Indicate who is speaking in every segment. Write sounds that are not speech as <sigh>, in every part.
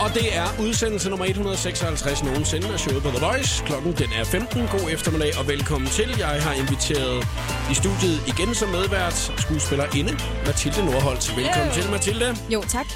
Speaker 1: Og det er udsendelse nummer 156 nogensinde af showet på The Voice. Klokken den er 15. God eftermiddag og velkommen til. Jeg har inviteret i studiet igen som medvært skuespillerinde Mathilde Nordholt. Velkommen
Speaker 2: Yeah.
Speaker 1: til, Mathilde.
Speaker 2: Jo, tak.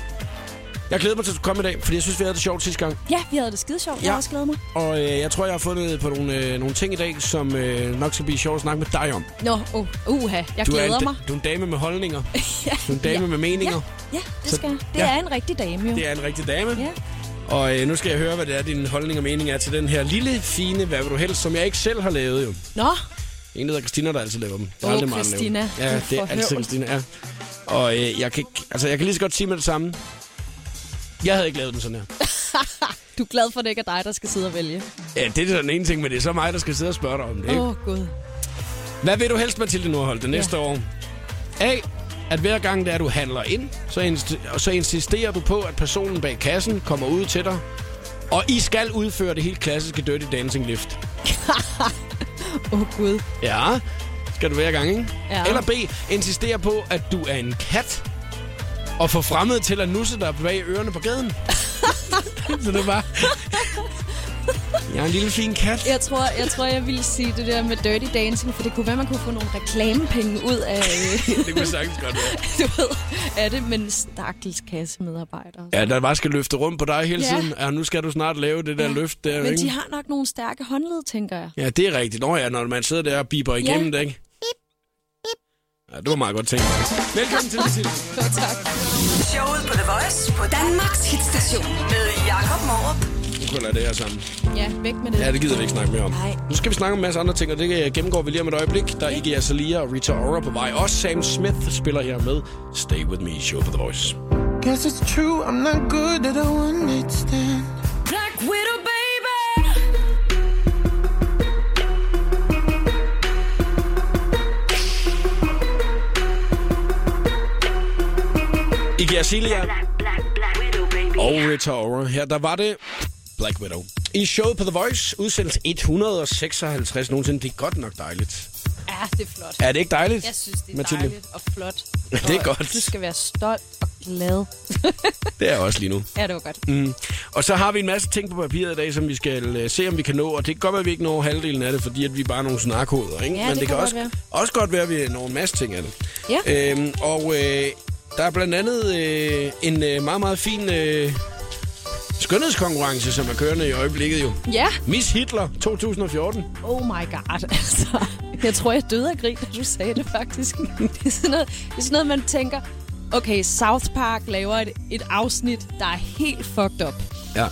Speaker 1: Jeg glæder mig til, at du kom i dag, fordi jeg synes, vi havde det sjovt sidste gang.
Speaker 2: Ja, vi havde det skide sjovt. Ja. Jeg
Speaker 1: Ja.
Speaker 2: har også glædet mig.
Speaker 1: Og øh, jeg tror, jeg har fundet på nogle, øh, nogle ting i dag, som øh, nok skal blive sjovt at snakke med dig om.
Speaker 2: Nå, oh, uha, jeg
Speaker 1: Du er,
Speaker 2: glæder
Speaker 1: en, <laughs>
Speaker 2: mig.
Speaker 1: du er en dame med holdninger.
Speaker 2: ja.
Speaker 1: Du er
Speaker 2: <laughs>
Speaker 1: en dame
Speaker 2: ja.
Speaker 1: med
Speaker 2: Ja,
Speaker 1: meninger.
Speaker 2: ja, det
Speaker 1: Så-
Speaker 2: skal jeg. Det
Speaker 1: ja.
Speaker 2: er en rigtig dame, jo.
Speaker 1: Det er en rigtig dame.
Speaker 2: Ja.
Speaker 1: Og øh, nu skal jeg høre, hvad det er, din holdning og mening er til den her lille, fine, hvad vil du helst, som jeg ikke selv har lavet jo.
Speaker 2: Nå, <laughs>
Speaker 1: En, der hedder Christina, der altid laver dem. Der
Speaker 2: Åh,
Speaker 1: aldrig mig, der laver dem.
Speaker 2: Christina.
Speaker 1: Ja,
Speaker 2: Du
Speaker 1: det er
Speaker 2: får
Speaker 1: altid
Speaker 2: høvl.
Speaker 1: Christina, ja. Og øh, jeg, kan ikke, altså, jeg kan lige så godt sige med det samme. Jeg havde ikke lavet den sådan her.
Speaker 2: du er glad for, at det ikke er dig, der skal sidde og vælge.
Speaker 1: Ja, det er den ene ting, men det er så mig, der skal sidde og spørge dig om det.
Speaker 2: Åh,
Speaker 1: Ikke?
Speaker 2: oh, Gud.
Speaker 1: Hvad vil du helst, Mathilde Nordholt, det næste år? A. At hver gang, der du handler ind, så, inst- så insisterer du på, at personen bag kassen kommer ud til dig. Og I skal udføre det helt klassiske Dirty Dancing Lift.
Speaker 2: Åh, oh, Gud.
Speaker 1: Ja, skal du hver gang, ikke?
Speaker 2: Ja.
Speaker 1: Eller B. Insisterer på, at du er en kat. Og får fremmed til at nusse dig bag ørerne på gaden. <laughs> så det var... Jeg er en lille fin kat.
Speaker 2: Jeg tror, jeg tror, jeg ville sige det der med Dirty Dancing, for det kunne være, man kunne få nogle reklamepenge ud af, <laughs> øh,
Speaker 1: Det kunne sagtens godt være.
Speaker 2: du ved, af det, men stakkels kassemedarbejdere.
Speaker 1: Ja, der bare skal løfte rum på dig hele
Speaker 2: Ja.
Speaker 1: tiden. Ja, nu skal du snart lave det der løft der,
Speaker 2: Men
Speaker 1: ikke?
Speaker 2: de har nok nogle stærke håndled, tænker jeg.
Speaker 1: Ja, det er rigtigt. Nå ja, når man sidder der og biber igennem det, ikke? Ja, det var meget godt tænkt. faktisk. Velkommen til Mathilde.
Speaker 2: Jo, tak.
Speaker 3: Showet på The Voice på Danmarks hitstation med Jakob Morup.
Speaker 1: Nu krøller jeg det her sammen.
Speaker 2: Ja, væk med det.
Speaker 1: Ja, det gider vi ikke snakke mere om.
Speaker 2: Nej.
Speaker 1: Nu skal vi snakke om en masse andre ting, og det øh, gennemgår vi lige om et øjeblik. Der er Iggy Azalea og Rita Ora på vej. Også Sam Smith spiller her med Stay With Me, i show på The Voice.
Speaker 4: Guess it's true, I'm not good at a one night stand.
Speaker 3: Black Widow, baby.
Speaker 1: Iggy Azalea
Speaker 5: Black, black, black widow, baby.
Speaker 1: og Rita Ora. Her, der var det Black Widow. I showet på The Voice udsendes 156 nogensinde. Det er godt nok dejligt.
Speaker 2: Ja, det er flot.
Speaker 1: Er det ikke dejligt,
Speaker 2: Jeg synes, det er
Speaker 1: Mathilde?
Speaker 2: dejligt og flot.
Speaker 1: Det er
Speaker 2: Og
Speaker 1: godt.
Speaker 2: Du skal være stolt og glad.
Speaker 1: Det er jeg også lige nu.
Speaker 2: ja, det var godt.
Speaker 1: Mm. Og så har vi en masse ting på papiret i dag, som vi skal øh, se, om vi kan nå. Og det kan godt være, at vi ikke når halvdelen af det, fordi at vi er bare er nogle snarkoder. Ikke?
Speaker 2: Ja,
Speaker 1: Men
Speaker 2: det
Speaker 1: det kan
Speaker 2: kan godt
Speaker 1: også,
Speaker 2: være.
Speaker 1: også godt være, at vi når en masse ting af det.
Speaker 2: Ja.
Speaker 1: Øhm, og øh, der er blandt andet øh, en øh, meget, meget fin øh, skønhedskonkurrence, som er kørende i øjeblikket jo.
Speaker 2: Ja.
Speaker 1: Miss Hitler 2014.
Speaker 2: Oh my god, <laughs> altså. Jeg tror, jeg døde af grin, da du sagde det faktisk. <laughs> Det er sådan noget, det er sådan noget man tænker, okay, South Park laver et, et afsnit, der er helt fucked up.
Speaker 1: Ja.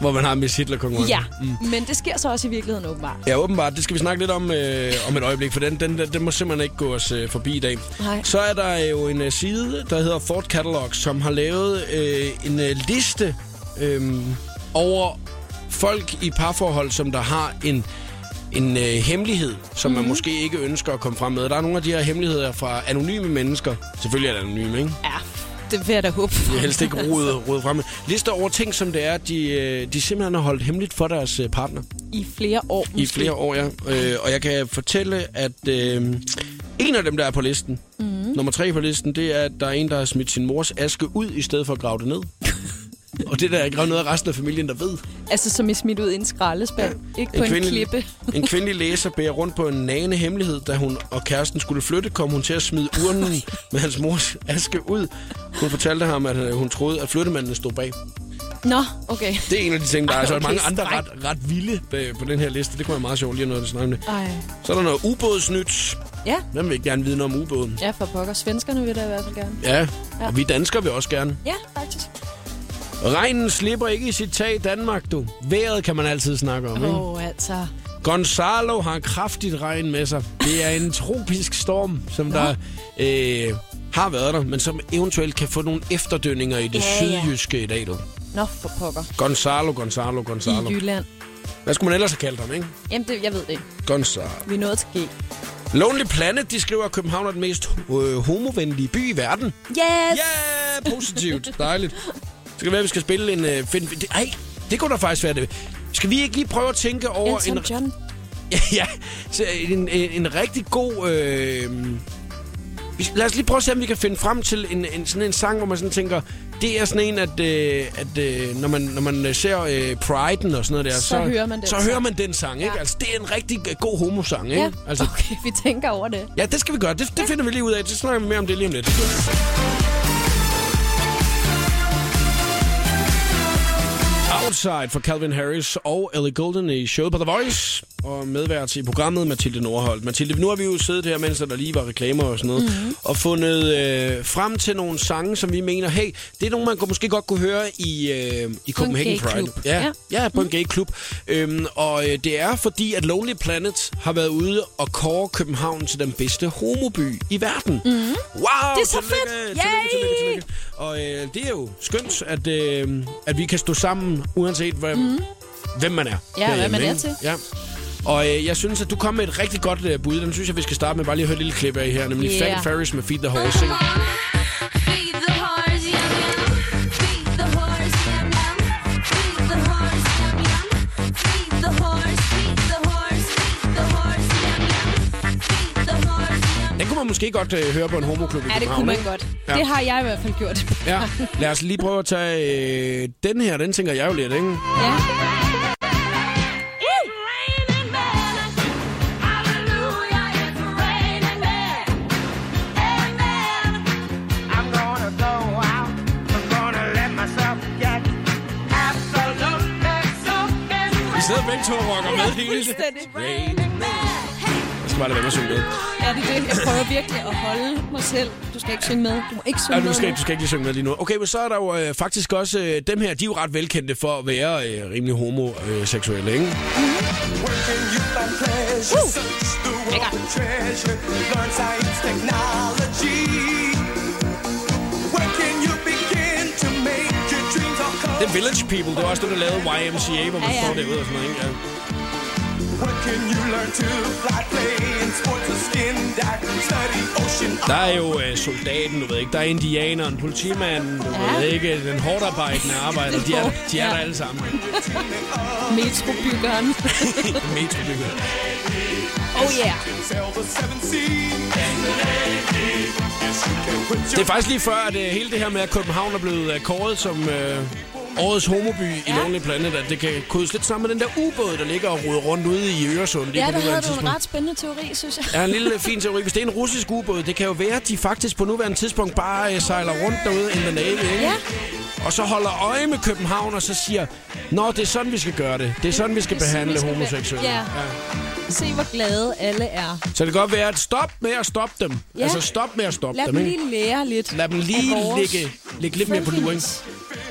Speaker 1: Hvor Mm. man har Miss Hitler-konkurrence.
Speaker 2: Ja, men det sker så også i virkeligheden åbenbart.
Speaker 1: Ja, åbenbart. Det skal vi snakke lidt om øh, om et øjeblik, for den, den, den, den må simpelthen ikke gå os øh, forbi i dag.
Speaker 2: Nej.
Speaker 1: Så er der jo en øh, side, der hedder Ford Catalog, som har lavet øh, en øh, liste øh, over folk i parforhold, som der har en en øh, hemmelighed, som man måske ikke ønsker at komme frem med. Der er nogle af de her hemmeligheder fra anonyme mennesker. Selvfølgelig er det anonyme, ikke?
Speaker 2: Ja, det vil jeg da håbe.
Speaker 1: De er helst ikke rodet, rodet frem med. Lister over ting, som det er, de, øh, de simpelthen har holdt hemmeligt for deres øh, partner.
Speaker 2: I flere år måske.
Speaker 1: I flere år, ja. Øh, og jeg kan fortælle, at øh, en af dem, der er på listen,
Speaker 2: Mhm.
Speaker 1: mm. nummer tre på listen, det er, at der er en, der har smidt sin mors aske ud, i stedet for at grave det
Speaker 2: <laughs>
Speaker 1: ned. og det der er ikke noget af resten af familien, der ved.
Speaker 2: Altså, som I smidt ud i en skraldespand. Ja. Ikke på en, en klippe.
Speaker 1: <laughs> en kvindelig læser bærer rundt på en nagende hemmelighed. Da hun og kæresten skulle flytte, kom hun til at smide urnen med hans mors aske ud. Hun fortalte ham, at øh, hun troede, at flyttemanden stod bag.
Speaker 2: <laughs> Nå, okay.
Speaker 1: Det er en af de ting, der er
Speaker 2: Ej,
Speaker 1: altså
Speaker 2: okay,
Speaker 1: mange andre
Speaker 2: strengt.
Speaker 1: ret, ret vilde øh, på den her liste. Det kunne være meget sjovt lige at nå at snakke om det.
Speaker 2: Ej.
Speaker 1: Så er der noget ubådsnyt.
Speaker 2: Ja,
Speaker 1: Hvem vil ikke gerne vide noget om ubåden?
Speaker 2: ja for pokker. Svenskerne vil da i hvert fald gerne.
Speaker 1: Ja,
Speaker 2: Ja.
Speaker 1: og vi danskere vil også gerne.
Speaker 2: Ja, faktisk.
Speaker 1: Regnen slipper ikke i sit tag i Danmark, du. Været kan man altid snakke om, ikke?
Speaker 2: Åh, oh, altså.
Speaker 1: Gonzalo har kraftigt regn med sig. Det er en tropisk storm, som der øh, har været der, men som eventuelt kan få nogle efterdønninger i det
Speaker 2: Ja, ja.
Speaker 1: sydjyske i dag, du.
Speaker 2: Nå, for pokker.
Speaker 1: Gonzalo, Gonzalo,
Speaker 2: I
Speaker 1: Gonzalo.
Speaker 2: Jylland.
Speaker 1: Hvad skulle man ellers have kaldt ham, ikke?
Speaker 2: Jamen, det, jeg ved det ikke.
Speaker 1: Gonzalo.
Speaker 2: Vi er nået til G.
Speaker 1: Lonely Planet, de skriver, at København er den mest øh, homovenlige by i verden.
Speaker 2: Yes!
Speaker 1: Ja, yeah, positivt. Dejligt. Så kan det være, at vi skal spille en... Øh, find, det, ej, det kunne da faktisk være det. Skal vi ikke lige prøve at tænke over <laughs>
Speaker 2: Elton
Speaker 1: en,
Speaker 2: John.
Speaker 1: øh, ja, så en, en, en rigtig god øh, Vi- Lad os lige prøve at se, om vi kan finde frem til en, en, sådan en sang, hvor man sådan tænker, det er sådan en, at, øh, at øh, når, man, når man øh, ser øh, Pride'en og sådan noget der,
Speaker 2: Så hører man den
Speaker 1: så
Speaker 2: sang.
Speaker 1: hører man den sang, ikke?
Speaker 2: Ja.
Speaker 1: Altså, det er en rigtig øh, god homosang, ikke?
Speaker 2: Ja,
Speaker 1: Altså,
Speaker 2: okay, vi tænker over det.
Speaker 1: ja, det skal vi gøre. Det, det finder vi lige ud af. Det snakker vi mere om det lige om lidt. Outside for Calvin Harris og Ellie Golden i showet på The Voice. Og medvært i programmet Mathilde Nordholt. Mathilde, nu har vi jo siddet her, mens der lige var reklamer og sådan noget. Mm-hmm. Og fundet øh, frem til nogle sange, som vi mener, hey, det er nogle, man kunne- måske godt kunne høre i, øh, i Copenhagen Pride.
Speaker 2: gayklub.
Speaker 1: Ja, ja. ja, på en gay klub. Øhm, og øh, det er fordi, at Lonely Planet har været ude og kåre København til den bedste homoby i verden. Mm-hmm. Wow!
Speaker 2: Det er så
Speaker 1: tillykke,
Speaker 2: fedt!
Speaker 1: Tillykke,
Speaker 2: Yay!
Speaker 1: tillykke, tillykke. Og øh, det er jo skønt, at, øh, at vi kan stå sammen, uanset hvad, mm. hvem man er.
Speaker 2: Mhm. Ja, hvad
Speaker 1: derhjemme,
Speaker 2: man er
Speaker 1: ikke?
Speaker 2: til.
Speaker 1: Ja. Og øh, jeg synes, at du kom med et rigtig godt øh, bud. Den synes jeg, vi skal starte med. Bare lige at høre et lille klip af her. Nemlig
Speaker 2: Yeah.
Speaker 1: yeah. Fat Ferris med Feed the Horse. Ikke?
Speaker 6: Feed the horse, yum yum. Feed the horse, yum yum. Feed the horse, yum yum. Feed the horse, feed the horse, feed the horse, yum yum. Feed the horse, yum
Speaker 1: Den kunne man måske godt øh, høre på en homoklub i
Speaker 2: Ja, det
Speaker 1: København,
Speaker 2: kunne man
Speaker 1: ikke?
Speaker 2: godt.
Speaker 1: Ja.
Speaker 2: Det har jeg i hvert fald gjort.
Speaker 1: Ja, lad os lige prøve at tage øh, den her. Den tænker jeg jo lidt, ikke?
Speaker 2: Ja.
Speaker 6: Raining men. Hallelujah, it's raining men. Amen.
Speaker 4: I'm gonna go out. I'm gonna let myself get absolutely soaking
Speaker 1: Vi sidder begge to og rocker med hele tiden.
Speaker 2: Fuldstændig.
Speaker 1: Jeg skal bare lade være med at synge med.
Speaker 2: Ja, det er det. Jeg prøver virkelig at holde mig selv. Du skal ikke synge med. Du må ikke synge
Speaker 1: Ja, du skal,
Speaker 2: med.
Speaker 1: ikke- du skal ikke lige synge med lige nu. Okay, men så er der jo øh, faktisk også... Øh, dem her, de er jo ret velkendte for at være øh, rimelig homoseksuelle, ikke?
Speaker 4: Working you find pleasure. Search the world for treasure. Learn science, technology. Where can you begin to make your dreams all come?
Speaker 1: The Village People, det var også det, der lavede YMCA, hvor man
Speaker 2: Ja, ja.
Speaker 1: står derude og sådan noget, ikke? Ja.
Speaker 4: What can you learn to fly, play in sports or skin dive? Study ocean.
Speaker 1: Der er jo øh, soldaten, du ved ikke. Der er indianeren, politimanden, du ja.
Speaker 2: Ja.
Speaker 1: ved ikke. Den hårdt arbejdende arbejder, de er, de er der alle sammen. ikke? <laughs>
Speaker 2: Metrobyggeren.
Speaker 1: Metrobygget.
Speaker 2: Oh yeah.
Speaker 4: Sail the seven seas. Yes, you can put your
Speaker 1: Det er faktisk lige før, at øh, hele det her med, at København er blevet øh, kåret som øh, årets homoby i ja. Lonely Planet, at det kan kodes lidt sammen med den der ubåd, der ligger og ruder rundt ude i Øresund. lige
Speaker 2: Ja,
Speaker 1: på
Speaker 2: der
Speaker 1: nuværende
Speaker 2: havde du en
Speaker 1: tidspunkt.
Speaker 2: ret spændende teori, synes jeg.
Speaker 1: er en lille fin teori. Hvis det er en russisk ubåd, det kan jo være, at de faktisk på nuværende tidspunkt bare øh, sejler rundt derude in the Navy, ikke?
Speaker 2: Ja.
Speaker 1: Og så holder øje med København og så siger, Nå, det er sådan, vi skal gøre det. Det er sådan, vi skal
Speaker 2: Det er sådan,
Speaker 1: behandle
Speaker 2: vi skal be-
Speaker 1: homoseksuelle.
Speaker 2: Ja. Se, hvor glade alle er.
Speaker 1: Så det kan godt være, at stop med at stoppe dem.
Speaker 2: Ja.
Speaker 1: Altså stop med at stoppe
Speaker 2: Lad
Speaker 1: dem.
Speaker 2: dem
Speaker 1: ikke?
Speaker 2: lige lære lidt.
Speaker 1: Lad dem lige ligge, ligge lidt mere på luring.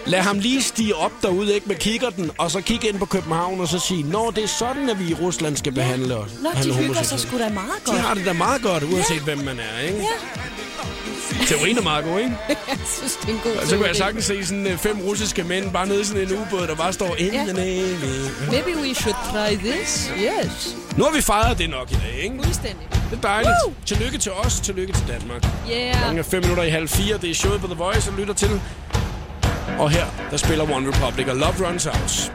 Speaker 1: Lad ham lige stige op derude ikke med kikkerten, og så kigge ind på København og så sige, Nå, det er sådan, at vi i Rusland skal behandle os.
Speaker 2: Nå, de
Speaker 1: behandle
Speaker 2: hygger sig
Speaker 1: homoseksuelle."
Speaker 2: sgu da meget
Speaker 1: De
Speaker 2: godt.
Speaker 1: har det da meget godt, uanset ja. hvem man er, ikke? Ja. Teorien er meget god, ikke?
Speaker 2: <laughs> Jeg synes, det er en god
Speaker 1: Og så kunne jeg
Speaker 2: teori.
Speaker 1: sagtens se sådan øh, fem russiske mænd bare nede i sådan en ubåd, der bare står in
Speaker 2: Ja.
Speaker 1: the Navy.
Speaker 2: Maybe we should try this. Yes.
Speaker 1: øh, Nu har vi fejret det nok i dag, ikke?
Speaker 2: Fuldstændig.
Speaker 1: Det er dejligt.
Speaker 2: Woo!
Speaker 1: Tillykke til os, tillykke til Danmark.
Speaker 2: Yeah.
Speaker 1: Klokken er fem minutter i halv fire. Det er showet på The Voice, og lytter til. Og her, der spiller One Republic og Love Runs Out.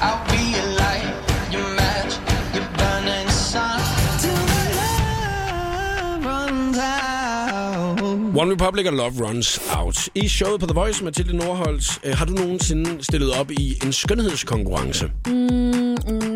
Speaker 7: I'll be your light, your match, your burning sun till the love runs out.
Speaker 1: One Republic og Love Runs Out. I showet på The Voice, Mathilde Nordholt, øh, har du nogensinde stillet op i en skønhedskonkurrence?
Speaker 2: Mm,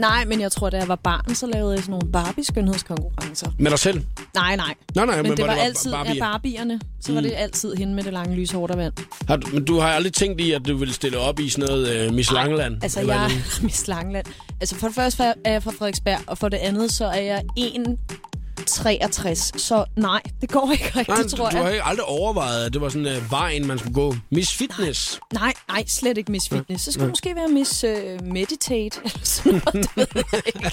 Speaker 2: Nej, men jeg tror, da jeg var barn, så lavede jeg sådan nogle Barbie-skønhedskonkurrencer.
Speaker 1: Med dig selv?
Speaker 2: Nej, nej.
Speaker 1: Nej, nej, men
Speaker 2: men,
Speaker 1: hvor
Speaker 2: det var
Speaker 1: det Mm. var
Speaker 2: altid
Speaker 1: Barbie-
Speaker 2: ja, Barbierne. Så var det altid hende med det lange lyse hårdevand.
Speaker 1: Har du, men du har aldrig tænkt i, at du ville stille op i sådan noget øh, Miss Langeland?
Speaker 2: Altså,
Speaker 1: Eller
Speaker 2: jeg
Speaker 1: en-
Speaker 2: er <laughs> Miss Langeland. Altså, for det første er jeg fra Frederiksberg, og for det andet, så er jeg 1,63. Så nej, det går ikke rigtigt,
Speaker 1: Nej,
Speaker 2: nej, tror
Speaker 1: du, du har
Speaker 2: jeg.
Speaker 1: ikke aldrig overvejet, at det var sådan øh, vejen, man skulle gå. Miss Fitness.
Speaker 2: Nej, nej, slet ikke Miss Fitness. Så skulle det måske være Miss øh, Meditate, eller sådan noget, det ved jeg ikke.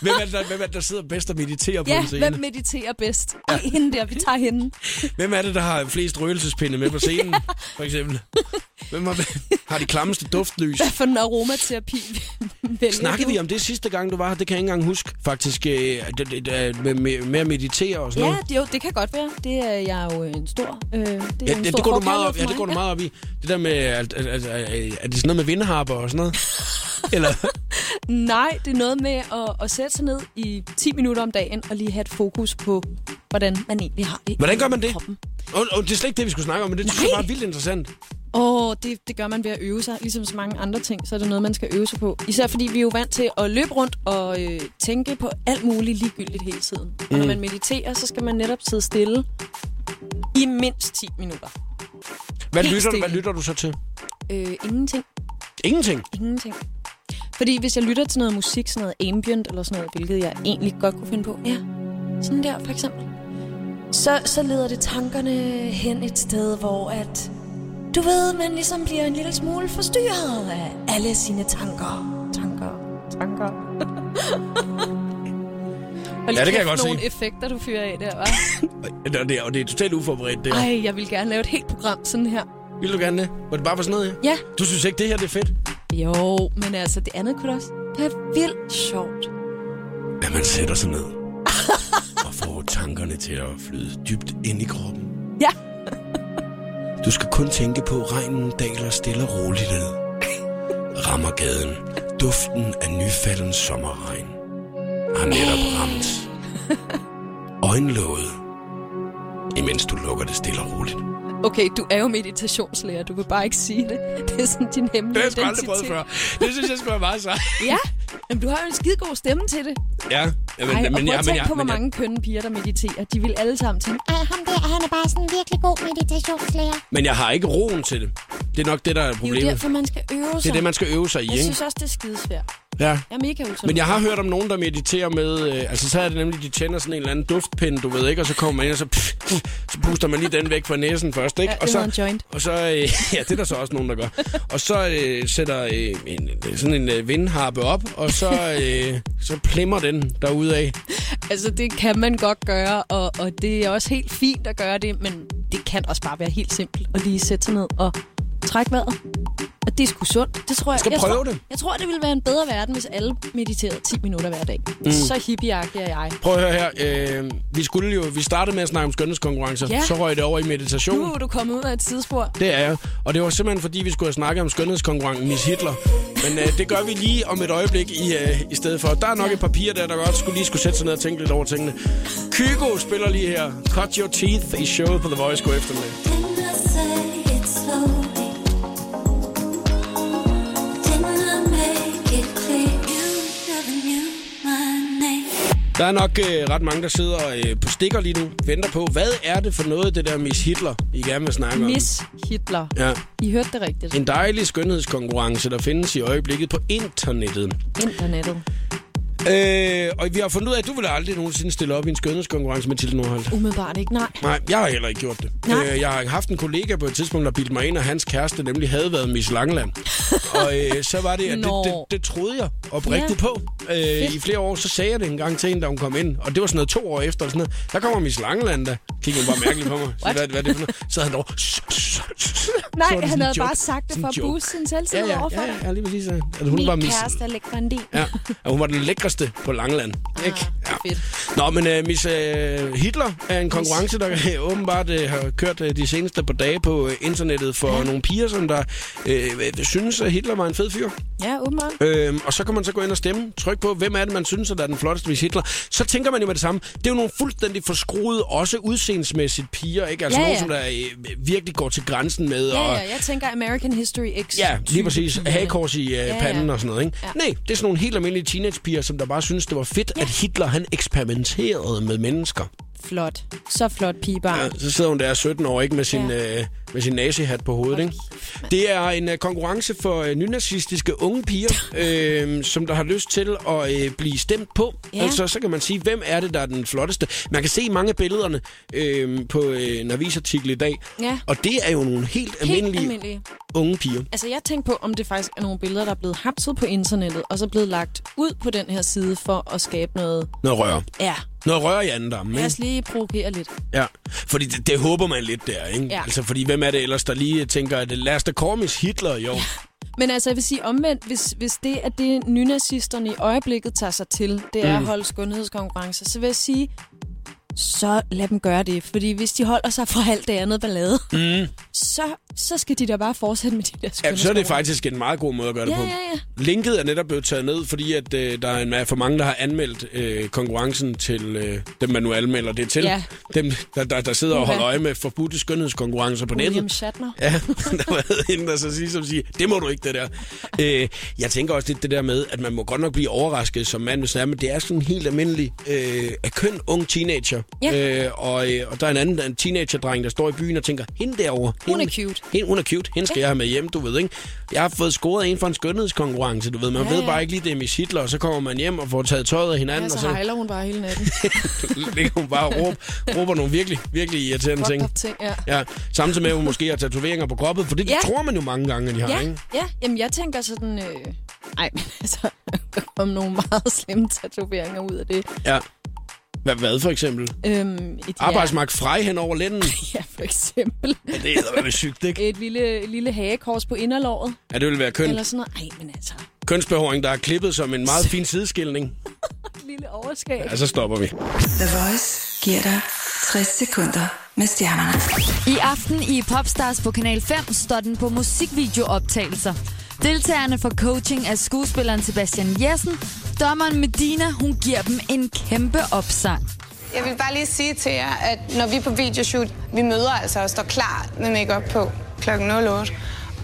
Speaker 1: Hvem er, det, der, hvem er det, der sidder bedst og mediterer på en
Speaker 2: Ja,
Speaker 1: scene?
Speaker 2: hvem mediterer bedst? Ej, hende der, vi tager hende.
Speaker 1: Hvem er det, der har flest røgelsespinde med på scenen, for eksempel? Hvem har, har de klammeste duftlys?
Speaker 2: Hvad for en aromaterapi <laughs> vælger
Speaker 1: Snakkede
Speaker 2: du?
Speaker 1: vi om det sidste gang, du var her? Det kan jeg ikke engang huske, faktisk. øh, det- det- det- Med, med, med at meditere og sådan
Speaker 2: Ja,
Speaker 1: noget.
Speaker 2: det, jo, det kan godt være. Det er jeg er jo en stor... Øh, det er
Speaker 1: Ja,
Speaker 2: en
Speaker 1: det, det, går
Speaker 2: stor
Speaker 1: du
Speaker 2: forkærlighed
Speaker 1: meget op, ja,
Speaker 2: for
Speaker 1: det
Speaker 2: mig.
Speaker 1: går du meget op i. Det der med, at- at- at- at- er det sådan noget med vindharper og sådan noget? Eller
Speaker 2: Nej, det er noget med at, at sætte sig ned i 10 minutter om dagen og lige have et fokus på, hvordan man egentlig har det.
Speaker 1: Hvordan gør man
Speaker 2: i
Speaker 1: det?
Speaker 2: kroppen.
Speaker 1: Og, og det er slet ikke det, vi skulle snakke om, men det synes jeg
Speaker 2: Nej.
Speaker 1: bare er vildt interessant.
Speaker 2: Åh, det, det gør man ved at øve sig. Ligesom så mange andre ting, så er det noget, man skal øve sig på. Især fordi vi er jo vant til at løbe rundt og øh, tænke på alt muligt ligegyldigt hele tiden. Og når man mediterer, så skal man netop sidde stille i mindst 10 minutter.
Speaker 1: Hvad
Speaker 2: Helt
Speaker 1: lytter, du,
Speaker 2: stille.
Speaker 1: hvad lytter du så til?
Speaker 2: Øh, ingenting.
Speaker 1: Ingenting.
Speaker 2: Ingenting. Fordi hvis jeg lytter til noget musik, sådan noget ambient eller sådan noget, hvilket jeg egentlig godt kunne finde på, ja, sådan der for eksempel, så, så leder det tankerne hen et sted, hvor at, du ved, man ligesom bliver en lille smule forstyrret af alle sine tanker. Tanker. Tanker. <laughs> Og
Speaker 1: Ja, det kan jeg godt se.
Speaker 2: nogle effekter, du fyrer af der, var.
Speaker 1: Og det, er- og det er totalt uforberedt, det her.
Speaker 2: Ej, jeg vil gerne lave et helt program sådan her.
Speaker 1: Vil du gerne det? Var det bare for sådan noget,
Speaker 2: Ja.
Speaker 1: Du synes ikke, det her det er fedt?
Speaker 2: Jo, men altså, det andet kunne da også være vildt sjovt.
Speaker 1: At man sætter sig ned <laughs> og får tankerne til at flyde dybt ind i kroppen.
Speaker 2: Ja.
Speaker 1: Du skal kun tænke på, at regnen daler stille og roligt ned. Rammer gaden. Duften af nyfaldens sommerregn har netop
Speaker 2: <laughs>
Speaker 1: ramt øjenlåget, imens du lukker det stille og roligt.
Speaker 2: Okay, du er jo meditationslærer, du vil bare ikke sige det. Det er sådan din hemmelige
Speaker 1: Det synes jeg skulle være meget sejt.
Speaker 2: Ja, men du har jo en skide god stemme til det.
Speaker 1: Ja, ja, men,
Speaker 2: Ej,
Speaker 1: men,
Speaker 2: og prøv
Speaker 1: ja, men,
Speaker 2: at tænke
Speaker 1: ja,
Speaker 2: på, hvor
Speaker 1: men, ja.
Speaker 2: mange kønne piger, der mediterer. De vil alle sammen tænke,
Speaker 8: Ej, ham der, han er bare sådan en virkelig god meditationslærer.
Speaker 1: men jeg har ikke roen til det. Det er nok det, der er
Speaker 2: det er jo
Speaker 1: problemet.
Speaker 2: derfor, man skal øve sig.
Speaker 1: Det er det, man skal øve sig i,
Speaker 2: Jeg
Speaker 1: ikke?
Speaker 2: synes også, det er skidesvært.
Speaker 1: Ja.
Speaker 2: Jeg er mega usikker.
Speaker 1: Men jeg har hørt om nogen, der mediterer med... Øh, altså, så er det nemlig, de tænder sådan en eller anden duftpind, du ved ikke, og så kommer man ind, og så, pff, pff, så puster man lige den væk fra næsen først, ikke?
Speaker 2: Ja,
Speaker 1: og
Speaker 2: det
Speaker 1: så,
Speaker 2: hedder en joint.
Speaker 1: Og så, øh, <laughs> ja, det er der så også nogen, der gør. Og så øh, sætter øh, en, sådan en øh, vindharpe op, og så, øh, så plimmer den derude af.
Speaker 2: Altså, det kan man godt gøre, og, og det er også helt fint at gøre det, men det kan også bare være helt simpelt at lige sætte sig ned og trække vejret. Og det er sgu sundt. Det tror jeg.
Speaker 1: skal
Speaker 2: jeg
Speaker 1: prøve
Speaker 2: tror,
Speaker 1: det.
Speaker 2: Jeg tror, det ville være en bedre verden, hvis alle mediterede 10 minutter hver dag. Mm. Så hippieagtig er jeg.
Speaker 1: Prøv at høre her. Øh, vi skulle jo... Vi startede med at snakke om skønhedskonkurrencer.
Speaker 2: Ja.
Speaker 1: Så røg det over i meditation.
Speaker 2: Nu er du kommet ud af et sidespor.
Speaker 1: Det er jeg. Og det var simpelthen, fordi vi skulle have snakket om skønhedskonkurrencen Miss Hitler. Men øh, det gør vi lige om et øjeblik i, øh, i stedet for. Der er nok et papir der, der godt skulle lige skulle sætte sig ned og tænke lidt over tingene. Kygo spiller lige her. Cut Your Teeth i showet på The Voice. God eftermiddag. Der er nok øh, ret mange, der sidder øh, på stikker lige nu. Venter på, hvad er det for noget, det der Miss Hitler, I gerne vil snakke om?
Speaker 2: Miss Hitler.
Speaker 1: Ja.
Speaker 2: I hørte det rigtigt.
Speaker 1: En dejlig skønhedskonkurrence, der findes i øjeblikket på internettet.
Speaker 2: Internettet.
Speaker 1: Øh, og vi har fundet ud af, at du ville aldrig nogensinde stille op i en skønhedskonkurrence, Mathilde Nordholt.
Speaker 2: Umiddelbart ikke, nej.
Speaker 1: Nej, jeg har heller ikke gjort det.
Speaker 2: Nej.
Speaker 1: Øh, jeg har haft en kollega på et tidspunkt, der bildte mig ind, og hans kæreste nemlig havde været Miss
Speaker 2: <laughs>
Speaker 1: Langeland. og øh, så var det, at det,
Speaker 2: Nå.
Speaker 1: det, det troede jeg oprigtigt
Speaker 2: Ja.
Speaker 1: på. Øh, I flere år, så sagde jeg det en gang til hende, da hun kom ind. Og det var sådan noget to år efter, eller sådan noget. Der kommer Miss Langeland, der kiggede hun bare mærkeligt på mig. Så,
Speaker 2: What?
Speaker 1: hvad, hvad er det for noget? Så havde han over...
Speaker 2: Nej,
Speaker 1: Så var det
Speaker 2: han
Speaker 1: sådan en
Speaker 2: havde
Speaker 1: joke.
Speaker 2: bare sagt det
Speaker 1: Sådan
Speaker 2: for
Speaker 1: en
Speaker 2: at
Speaker 1: joke.
Speaker 2: booste sin
Speaker 1: Ja,
Speaker 2: selvtillid
Speaker 1: ja,
Speaker 2: overfor.
Speaker 1: ja, ja, ja, lige præcis. ja. At hun var
Speaker 2: Min
Speaker 1: Miss...
Speaker 2: kæreste er lækvandin.
Speaker 1: Ja, og hun var den lækreste på Langeland. Ikke?
Speaker 2: Ah,
Speaker 1: Ja.
Speaker 2: fedt.
Speaker 1: Nå, men uh, Miss uh, Hitler er en konkurrence, der <laughs> øh, åbenbart uh, har kørt uh, de seneste par dage på uh, internettet for ja. nogle piger, som der uh, synes, at Hitler var en fed fyr.
Speaker 2: Ja, åbenbart.
Speaker 1: Øhm, og så kan man så gå ind og stemme. Tryk på, hvem er det, man synes, at der er den flotteste Miss Hitler. Så tænker man jo med det samme. Det er jo nogle fuldstændig forskruede, også udseendsmæssigt piger, ikke? Altså
Speaker 2: Ja,
Speaker 1: ja,
Speaker 2: ja.
Speaker 1: ja. nogen, som der øh, virkelig går til grænsen med.
Speaker 2: Ja,
Speaker 1: og,
Speaker 2: ja, jeg tænker American History X.
Speaker 1: Ja, lige præcis.
Speaker 2: type pigerne.
Speaker 1: Hagekors i øh,
Speaker 2: ja.
Speaker 1: panden og sådan noget, ikke? Ja. Nej, det er sådan nogle helt almindelige teenagepiger, som der bare synes, det var fedt, ja. at Hitler han eksperimenterede med mennesker.
Speaker 2: Flot. Så flot pigebarn.
Speaker 1: Ja, så sidder hun der 17 år, ikke? Med sin, ja. øh, med sin nazi-hat på hovedet, ikke? Det er en øh, konkurrence for øh, nynazistiske unge piger, <laughs> øh, som der har lyst til at øh, blive stemt på.
Speaker 2: Ja.
Speaker 1: Ja. Altså, så kan man sige, hvem er det, der er den flotteste? Man kan se mange af billederne øh, på øh, en avisartikel i dag.
Speaker 2: Ja.
Speaker 1: Og det er jo nogle helt
Speaker 2: Helt
Speaker 1: almindelige, helt
Speaker 2: almindelige.
Speaker 1: unge piger.
Speaker 2: Altså, jeg tænkte på, om det faktisk er nogle billeder, der er blevet hapset på internettet, og så blevet lagt ud på den her side for at skabe noget...
Speaker 1: Noget rør.
Speaker 2: Ja,
Speaker 1: Noget rør i andendammen,
Speaker 2: lad
Speaker 1: ikke?
Speaker 2: os lige provokere lidt.
Speaker 1: Ja, fordi det, det håber man lidt der, ikke?
Speaker 2: Ja.
Speaker 1: Ja. Altså, fordi hvem er det ellers, der lige tænker, at lad os da kåre Miss Hitler i år?
Speaker 2: Men altså, jeg vil sige omvendt, hvis, hvis det er det, nynazisterne i øjeblikket tager sig til, det er mm. at holde skønhedskonkurrencer, så vil jeg sige, så lad dem gøre det. Fordi hvis de holder sig fra alt det andet ballade, mm. så, så skal de da bare fortsætte med de der skønne
Speaker 1: Ja, så er det
Speaker 2: sko.
Speaker 1: faktisk en meget god måde at gøre det
Speaker 2: Ja,
Speaker 1: på.
Speaker 2: ja, ja.
Speaker 1: Linket er netop blevet taget ned, fordi at, øh, der er en, er for mange, der har anmeldt øh, konkurrencen til øh, dem, man nu anmelder det til.
Speaker 2: Ja.
Speaker 1: Dem, der, der, der sidder og
Speaker 2: Uha.
Speaker 1: holder øje med forbudte skønhedskonkurrencer på nettet.
Speaker 2: William Shatner.
Speaker 1: Ja, <laughs> der var hende, der så siger, som siger, det må du ikke, det der. Øh, jeg tænker også lidt det der med, at man må godt nok blive overrasket som mand, hvis man er, men det er sådan en helt almindelig, øh, af køn ung teenager.
Speaker 2: Ja.
Speaker 1: Øh, og, øh, og der er en anden der er en teenagerdreng, der står i byen og tænker, hende derovre.
Speaker 2: Hun er
Speaker 1: hende-
Speaker 2: cute."
Speaker 1: Hende, hun er cute, hende skal ja. jeg have med hjem, du ved, ikke? Jeg har fået scoret en for en skønhedskonkurrence, du ved. Man
Speaker 2: Ja,
Speaker 1: ja, ved
Speaker 2: ja.
Speaker 1: bare ikke lige, det er Miss Hitler, og så kommer man hjem og får taget tøjet af hinanden,
Speaker 2: Ja, så
Speaker 1: og så
Speaker 2: hejler hun bare hele
Speaker 1: <laughs>
Speaker 2: natten.
Speaker 1: ligger hun bare og råber, råber nogle virkelig, virkelig irriterende
Speaker 2: Fucked
Speaker 1: ting.
Speaker 2: up ting, ja.
Speaker 1: Ja, samtidig med, at hun måske har tatoveringer på kroppen, for det ja.
Speaker 2: Ja.
Speaker 1: tror man jo mange gange, at de har,
Speaker 2: Ja,
Speaker 1: ikke?
Speaker 2: ja. Jamen, jeg tænker sådan... Øh... Ej, men <laughs> altså, der kom nogle meget slemme tatoveringer ud af det.
Speaker 1: Ja. Hvad, hvad for eksempel? Ja.
Speaker 2: Øhm, et
Speaker 1: Arbejdsmark Frej hen over lænden.
Speaker 2: Ja, for eksempel.
Speaker 1: Ja, <laughs> det er da sygt, ikke?
Speaker 2: Et lille, et lille hagekors på inderlåret,
Speaker 1: Ja, det ville være køn.
Speaker 2: eller sådan noget. Ej, men altså,
Speaker 1: kønsbehåring, der er klippet som en meget fin sideskilning.
Speaker 2: et lille overskæg.
Speaker 1: Ja, så stopper vi.
Speaker 3: The Voice giver dig 60 sekunder med stjernerne.
Speaker 9: I aften i Popstars på Kanal 5 står den på musikvideooptagelser. Deltagerne for coaching er skuespilleren Sebastian Jessen. Dommeren Medina, hun giver dem en kæmpe opsang.
Speaker 10: Jeg vil bare lige sige til jer, at når vi er på videoshoot, vi møder altså og står klar med makeup på kl. 08.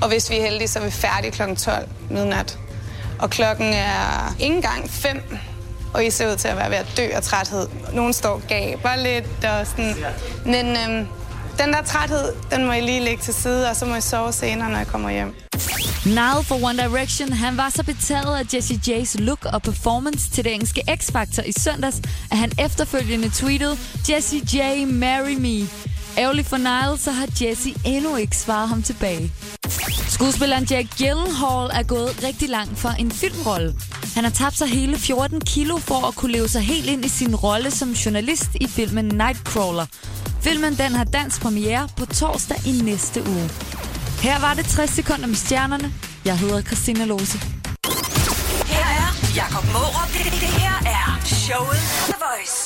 Speaker 10: Og hvis vi er heldige, så er vi færdige kl. 12 midnat. Og klokken er ikke engang 5, og I ser ud til at være ved at dø af træthed. Nogen står og gaber lidt og sådan. Men øhm, den der træthed, den må I lige lægge til side, og så må I sove senere, når jeg kommer hjem.
Speaker 9: Nile for One Direction, han var så betaget af Jesse J's look og performance til det engelske X-Factor i søndags, at han efterfølgende tweetede, Jesse J, marry me. Ærgerligt for Nile, så har Jesse endnu ikke svaret ham tilbage. Skuespilleren Jack Gyllenhaal er gået rigtig langt for en filmrolle. Han har tabt sig hele 14 kilo for at kunne leve sig helt ind i sin rolle som journalist i filmen Nightcrawler. Filmen den har dansk premiere på torsdag i næste uge. Her var det 60 sekunder med stjernerne. Jeg hedder Christina Lose.
Speaker 3: Her er Jakob Morup. Det, det, det her er showet på The Voice.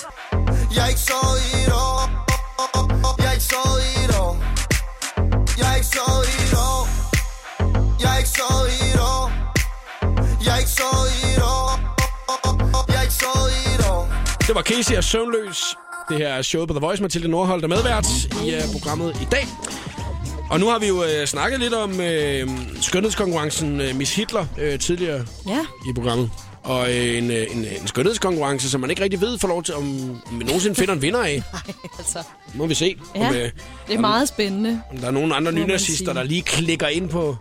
Speaker 7: Jeg er ikke sovet i et år. Jeg er ikke sovet i et år. Jeg er ikke sovet i et år. Jeg er ikke sovet i et år. Jeg er ikke sovet i et år. Jeg er ikke sovet i et år.
Speaker 1: Det var Casey og Søvnløs. Det her er showet på The Voice. Mathilde Nordholt er medvært i uh, programmet i dag. Og nu har vi jo uh, snakket lidt om uh, skønhedskonkurrencen uh, Miss Hitler uh, tidligere
Speaker 2: Ja.
Speaker 1: i programmet. Og øh, en, øh, en, en skønhedskonkurrence, som man ikke rigtig ved får lov til, om om vi nogensinde finder en vinder
Speaker 2: <laughs>
Speaker 1: af.
Speaker 2: Ej, <laughs> altså,
Speaker 1: Nu må vi se, ja. om,
Speaker 2: ja.
Speaker 1: øh,
Speaker 2: Det er meget spændende.
Speaker 1: om der er nogen andre
Speaker 2: Må man
Speaker 1: nynazister,
Speaker 2: sige.
Speaker 1: der lige klikker ind på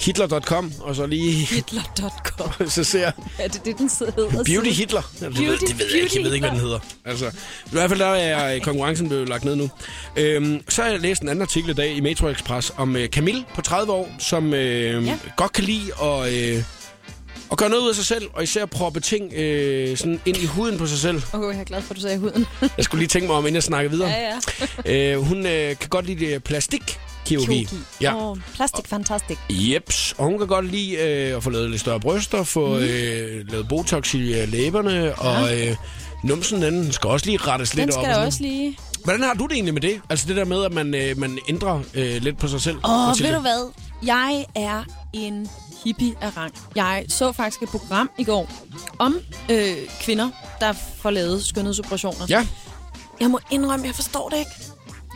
Speaker 1: hitler.com, og så lige <laughs>
Speaker 2: Hitler.com.
Speaker 1: så ser
Speaker 2: Er det det, den sidder hedder?
Speaker 1: Beauty Hitler. Ja, Det, ved,
Speaker 2: Beauty-
Speaker 1: det ved jeg ikke, jeg ved ikke, hvad den hedder. Altså, I hvert fald der er øh, konkurrencen blevet lagt ned nu. Øhm, så har jeg læst en anden artikel i dag i Metro Express om øh, Camille på 30 år, som øh, ja.
Speaker 2: Ja.
Speaker 1: godt kan lide at, øh, at gøre noget ud af sig selv, og især proppe ting øh, sådan ind i huden på sig selv.
Speaker 2: Okay, jeg er glad for, at du sagde huden.
Speaker 1: Jeg skulle lige tænke mig om, inden jeg snakker videre.
Speaker 2: <laughs> ja, ja.
Speaker 1: Øh, hun øh, kan godt lide øh, plastikkirurgi.
Speaker 2: <laughs> Ja. Oh, plastik fantastic.
Speaker 1: Jeps, og hun kan godt lide øh, at få lavet lidt større bryster, få
Speaker 2: Mhm.
Speaker 1: mm. øh, lavet botox i øh, læberne, ja. og øh, numsen den skal også lige rettes
Speaker 2: Den
Speaker 1: lidt op.
Speaker 2: skal
Speaker 1: og
Speaker 2: da
Speaker 1: sådan
Speaker 2: også lige...
Speaker 1: noget. Hvordan har du det egentlig med det? Altså det der med, at man, øh, man ændrer øh, lidt på sig selv.
Speaker 2: Åh, oh,
Speaker 1: Mathilde.
Speaker 2: ved du hvad? Jeg er en hippie af rang. Jeg så faktisk et program i går om øh, kvinder, der får lavet skønhedsoperationer.
Speaker 1: Ja,
Speaker 2: Jeg må indrømme, jeg forstår det ikke.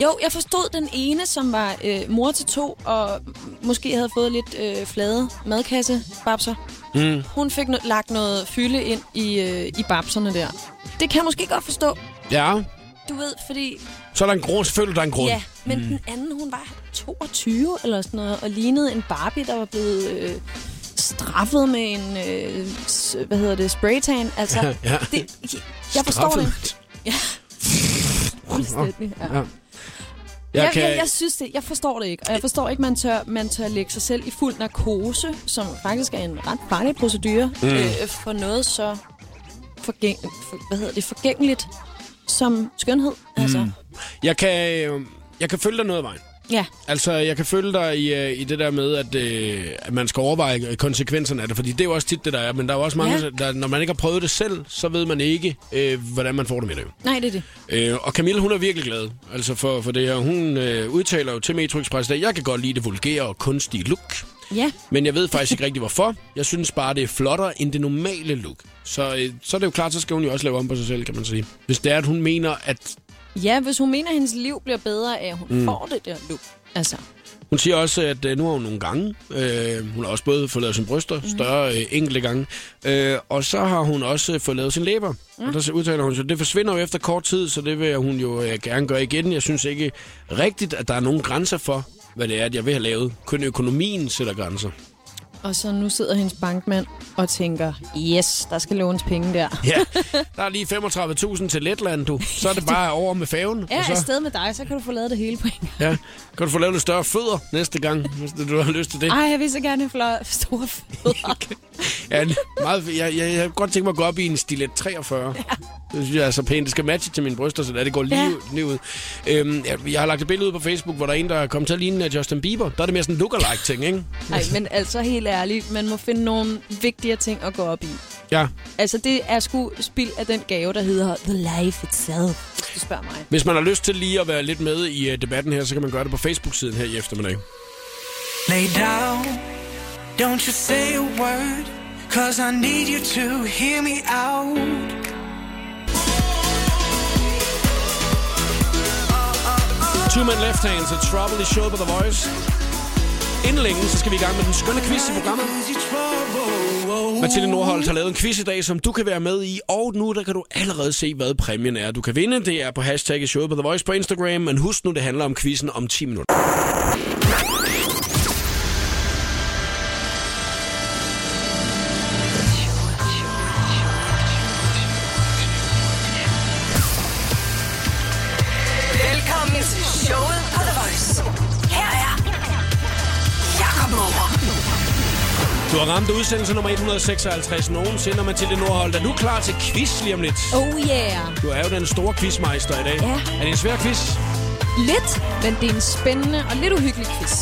Speaker 2: Jo, jeg forstod den ene, som var øh, mor til to, og måske havde fået lidt øh, flade madkassebabser. Mm. Hun fik no- lagt noget fylde ind i, øh, i babserne der. Det kan jeg måske godt forstå,
Speaker 1: ja.
Speaker 2: du ved, fordi...
Speaker 1: Så er der en grund, selvfølgelig er der en grund.
Speaker 2: Ja, men mm. den anden, hun var 22 eller sådan noget, og lignede en Barbie, der var blevet øh, straffet med en, øh, s- hvad hedder det, spraytan. Altså,
Speaker 1: <laughs> ja.
Speaker 2: det, jeg, jeg forstår det ikke.
Speaker 1: Straffet.
Speaker 2: fuldstændig. Ja.
Speaker 1: Jeg,
Speaker 2: Jeg,
Speaker 1: kan...
Speaker 2: jeg, jeg synes det. Jeg forstår det ikke. Og jeg forstår ikke, man tør, man tør lægge sig selv i fuld narkose, som faktisk er en ret farlig procedure, mm. øh, for noget så forgæng, for, hvad hedder det, forgængeligt som skønhed. Altså,
Speaker 1: Jeg kan, øh, jeg kan følge dig noget af vejen.
Speaker 2: Ja.
Speaker 1: Altså, jeg kan følge dig i, øh, i det der med, at, øh, at man skal overveje øh, konsekvenserne af det, fordi det er jo også tit det, der er. Men der er jo også mange,
Speaker 2: Ja.
Speaker 1: ja. der, når man ikke har prøvet det selv, så ved man ikke, øh, hvordan man får det med det.
Speaker 2: Nej, det er det.
Speaker 1: Øh, og Camille, hun er virkelig glad altså for, for det her. Hun øh, udtaler jo til Metro Express, at jeg kan godt lide det vulgære og kunstige look.
Speaker 2: Ja.
Speaker 1: Men jeg ved faktisk ikke rigtig, hvorfor. Jeg synes bare, det er flottere end det normale look. Så, øh, så er det jo klart, så skal hun jo også lave om på sig selv, kan man sige. Hvis det er, at hun mener, at
Speaker 2: Ja, hvis hun mener, at hendes liv bliver bedre af, at hun mm.
Speaker 1: Mm.
Speaker 2: får det der look. Altså,
Speaker 1: Hun siger også, at øh, nu har hun nogle gange. Øh, hun har også både fået lavet sine bryster, større øh, enkelte gange. Øh, og så har hun også øh, fået lavet sine læber. Mm. Og der udtaler hun så, det forsvinder jo efter kort tid, så det vil hun jo øh, gerne gøre igen. Jeg synes ikke rigtigt, at der er nogen grænser for, hvad det er, at jeg vil have lavet. Kun økonomien sætter grænser.
Speaker 2: og så nu sidder hendes bankmand og tænker, yes, der skal lånes penge der.
Speaker 1: Ja, der er lige 35.000 til Letland, du. Så er det bare over med færgen. og
Speaker 2: Jeg er
Speaker 1: så,
Speaker 2: afsted med dig, så kan du få lavet det hele på
Speaker 1: <laughs>
Speaker 2: en gang.
Speaker 1: ja, kan du få lavet lidt større fødder næste gang, hvis du har lyst til det.
Speaker 2: Ej, jeg vil så gerne have flot, store fødder.
Speaker 1: Ja, en meget, jeg, jeg, jeg kunne godt tænke mig at gå op i en stilet 43. Ja. Det synes jeg er så pænt. Det skal matche til mine bryster, så det går lige,
Speaker 2: Ja.
Speaker 1: ja. lige ud. Øhm, jeg, jeg har lagt et billede ud på Facebook, hvor der er en, der er kommet til at ligne øh, Justin Bieber. Der er det mere sådan en lookalike-ting, ikke?
Speaker 2: Nej, men altså helt ærligt, man må finde nogle vigtigere ting at gå op i.
Speaker 1: Ja.
Speaker 2: Altså, det er sgu spild af den gave, der hedder The Life Itself, hvis du spørger mig.
Speaker 1: Hvis man har lyst til lige at være lidt med i øh, debatten her, så kan man gøre det på Facebook-siden her i eftermiddag.
Speaker 11: Lay down, don't you say a word, cause I need you to hear me out.
Speaker 1: Two Man Left Hands og Trouble i showet på The Voice. Inden længe, så skal vi i gang med den skønne quiz i programmet. Mathilde Nordholt har lavet en quiz i dag, som du kan være med i, og nu der kan du allerede se, hvad præmien er, du kan vinde. Det er på hashtagget showet på The Voice på Instagram, men husk nu, det handler om quizzen om 10 minutter.
Speaker 3: Velkommen til showet på The Voice. Her er Jakob Morup.
Speaker 1: Du har ramt udsendelse nummer 156 nogensinde, og Mathilde Nordholt er nu klar til quiz lige om lidt.
Speaker 2: Oh yeah!
Speaker 1: Du er jo den store quizmeister i dag.
Speaker 2: Ja.
Speaker 1: Er det en svær quiz?
Speaker 2: Lidt, men det er en spændende og lidt uhyggelig quiz.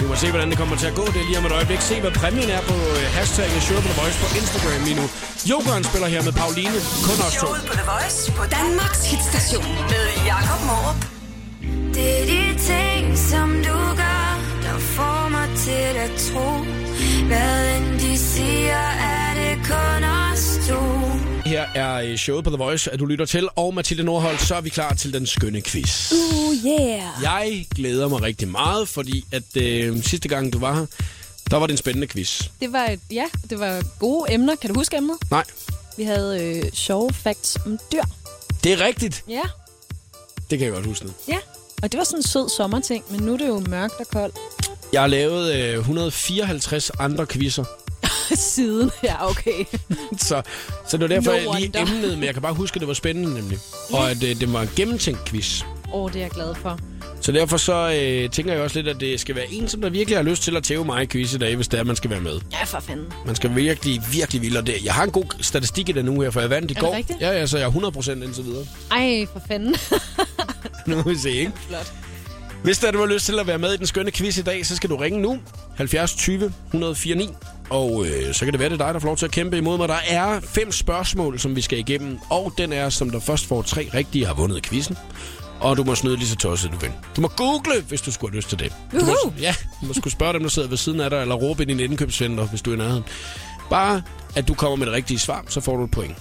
Speaker 1: Vi må se, hvordan det kommer til at gå. Det er lige om et øjeblik. Se, hvad præmien er på øh, hashtagget Show på The Voice på Instagram lige nu. Jokeren spiller her med Pauline. Kun os to.
Speaker 3: Showet på The Voice på Danmarks hitstation med Jakob Morup.
Speaker 5: Det er de ting, som du gør, der får mig til at tro. Hvad end de siger, er det kun os to.
Speaker 1: Her er øh, showet på The Voice, at du lytter til. Og Mathilde Nordholt, så er vi klar til den skønne quiz.
Speaker 2: Oh yeah!
Speaker 1: Jeg glæder mig rigtig meget, fordi at øh, sidste gang du var her, der var det en spændende quiz.
Speaker 2: Det var, et- ja, det var gode emner. Kan du huske emnet?
Speaker 1: Nej,
Speaker 2: Vi havde øh, sjove facts om dyr.
Speaker 1: det er rigtigt.
Speaker 2: Ja,
Speaker 1: Det kan jeg godt huske nu.
Speaker 2: ja. Og det var sådan en sød sommerting, men nu er det jo mørkt og koldt
Speaker 1: Jeg har lavet øh, 154 andre quizzer. <laughs>
Speaker 2: <laughs> siden. Ja, okay.
Speaker 1: Så, så det var derfor,
Speaker 2: No
Speaker 1: no jeg lige
Speaker 2: wonder.
Speaker 1: emnede, men jeg kan bare huske, at det var spændende nemlig. Og at øh, det var en gennemtænkt quiz.
Speaker 2: <laughs> Åh, oh, det er jeg glad for.
Speaker 1: Så derfor så øh, tænker jeg også lidt, at det skal være en, som der virkelig har lyst til at tæve mig i quiz i dag, hvis det er, man skal være med.
Speaker 2: Ja, for fanden.
Speaker 1: Man skal virkelig, virkelig vilde og det. Jeg har en god statistik i den uge her, for jeg vandt i
Speaker 2: Er det
Speaker 1: går.
Speaker 2: rigtigt?
Speaker 1: Ja, ja, så jeg er 100% indtil videre. <laughs>
Speaker 2: Ej, for <laughs> fanden.
Speaker 1: Nu må vi se, ikke?
Speaker 2: Flot.
Speaker 1: Hvis der er, du har lyst til at være med i den skønne quiz i dag, så skal du ringe nu. 70 20 104 9. Og øh, så kan det være, det er dig, der får lov til at kæmpe imod mig. Der er fem spørgsmål, som vi skal igennem. Og den er, som der først får tre rigtige, har vundet quizzen. Og du må snyde lige så tosset, du vil. Du må google, hvis du skulle have lyst til det. Du må,
Speaker 2: Woohoo!
Speaker 1: ja, du må skulle spørge dem, der sidder ved siden af dig, eller råbe i din indkøbscenter, hvis du er i nærheden. Bare, at du kommer med det rigtige svar, så får du et point.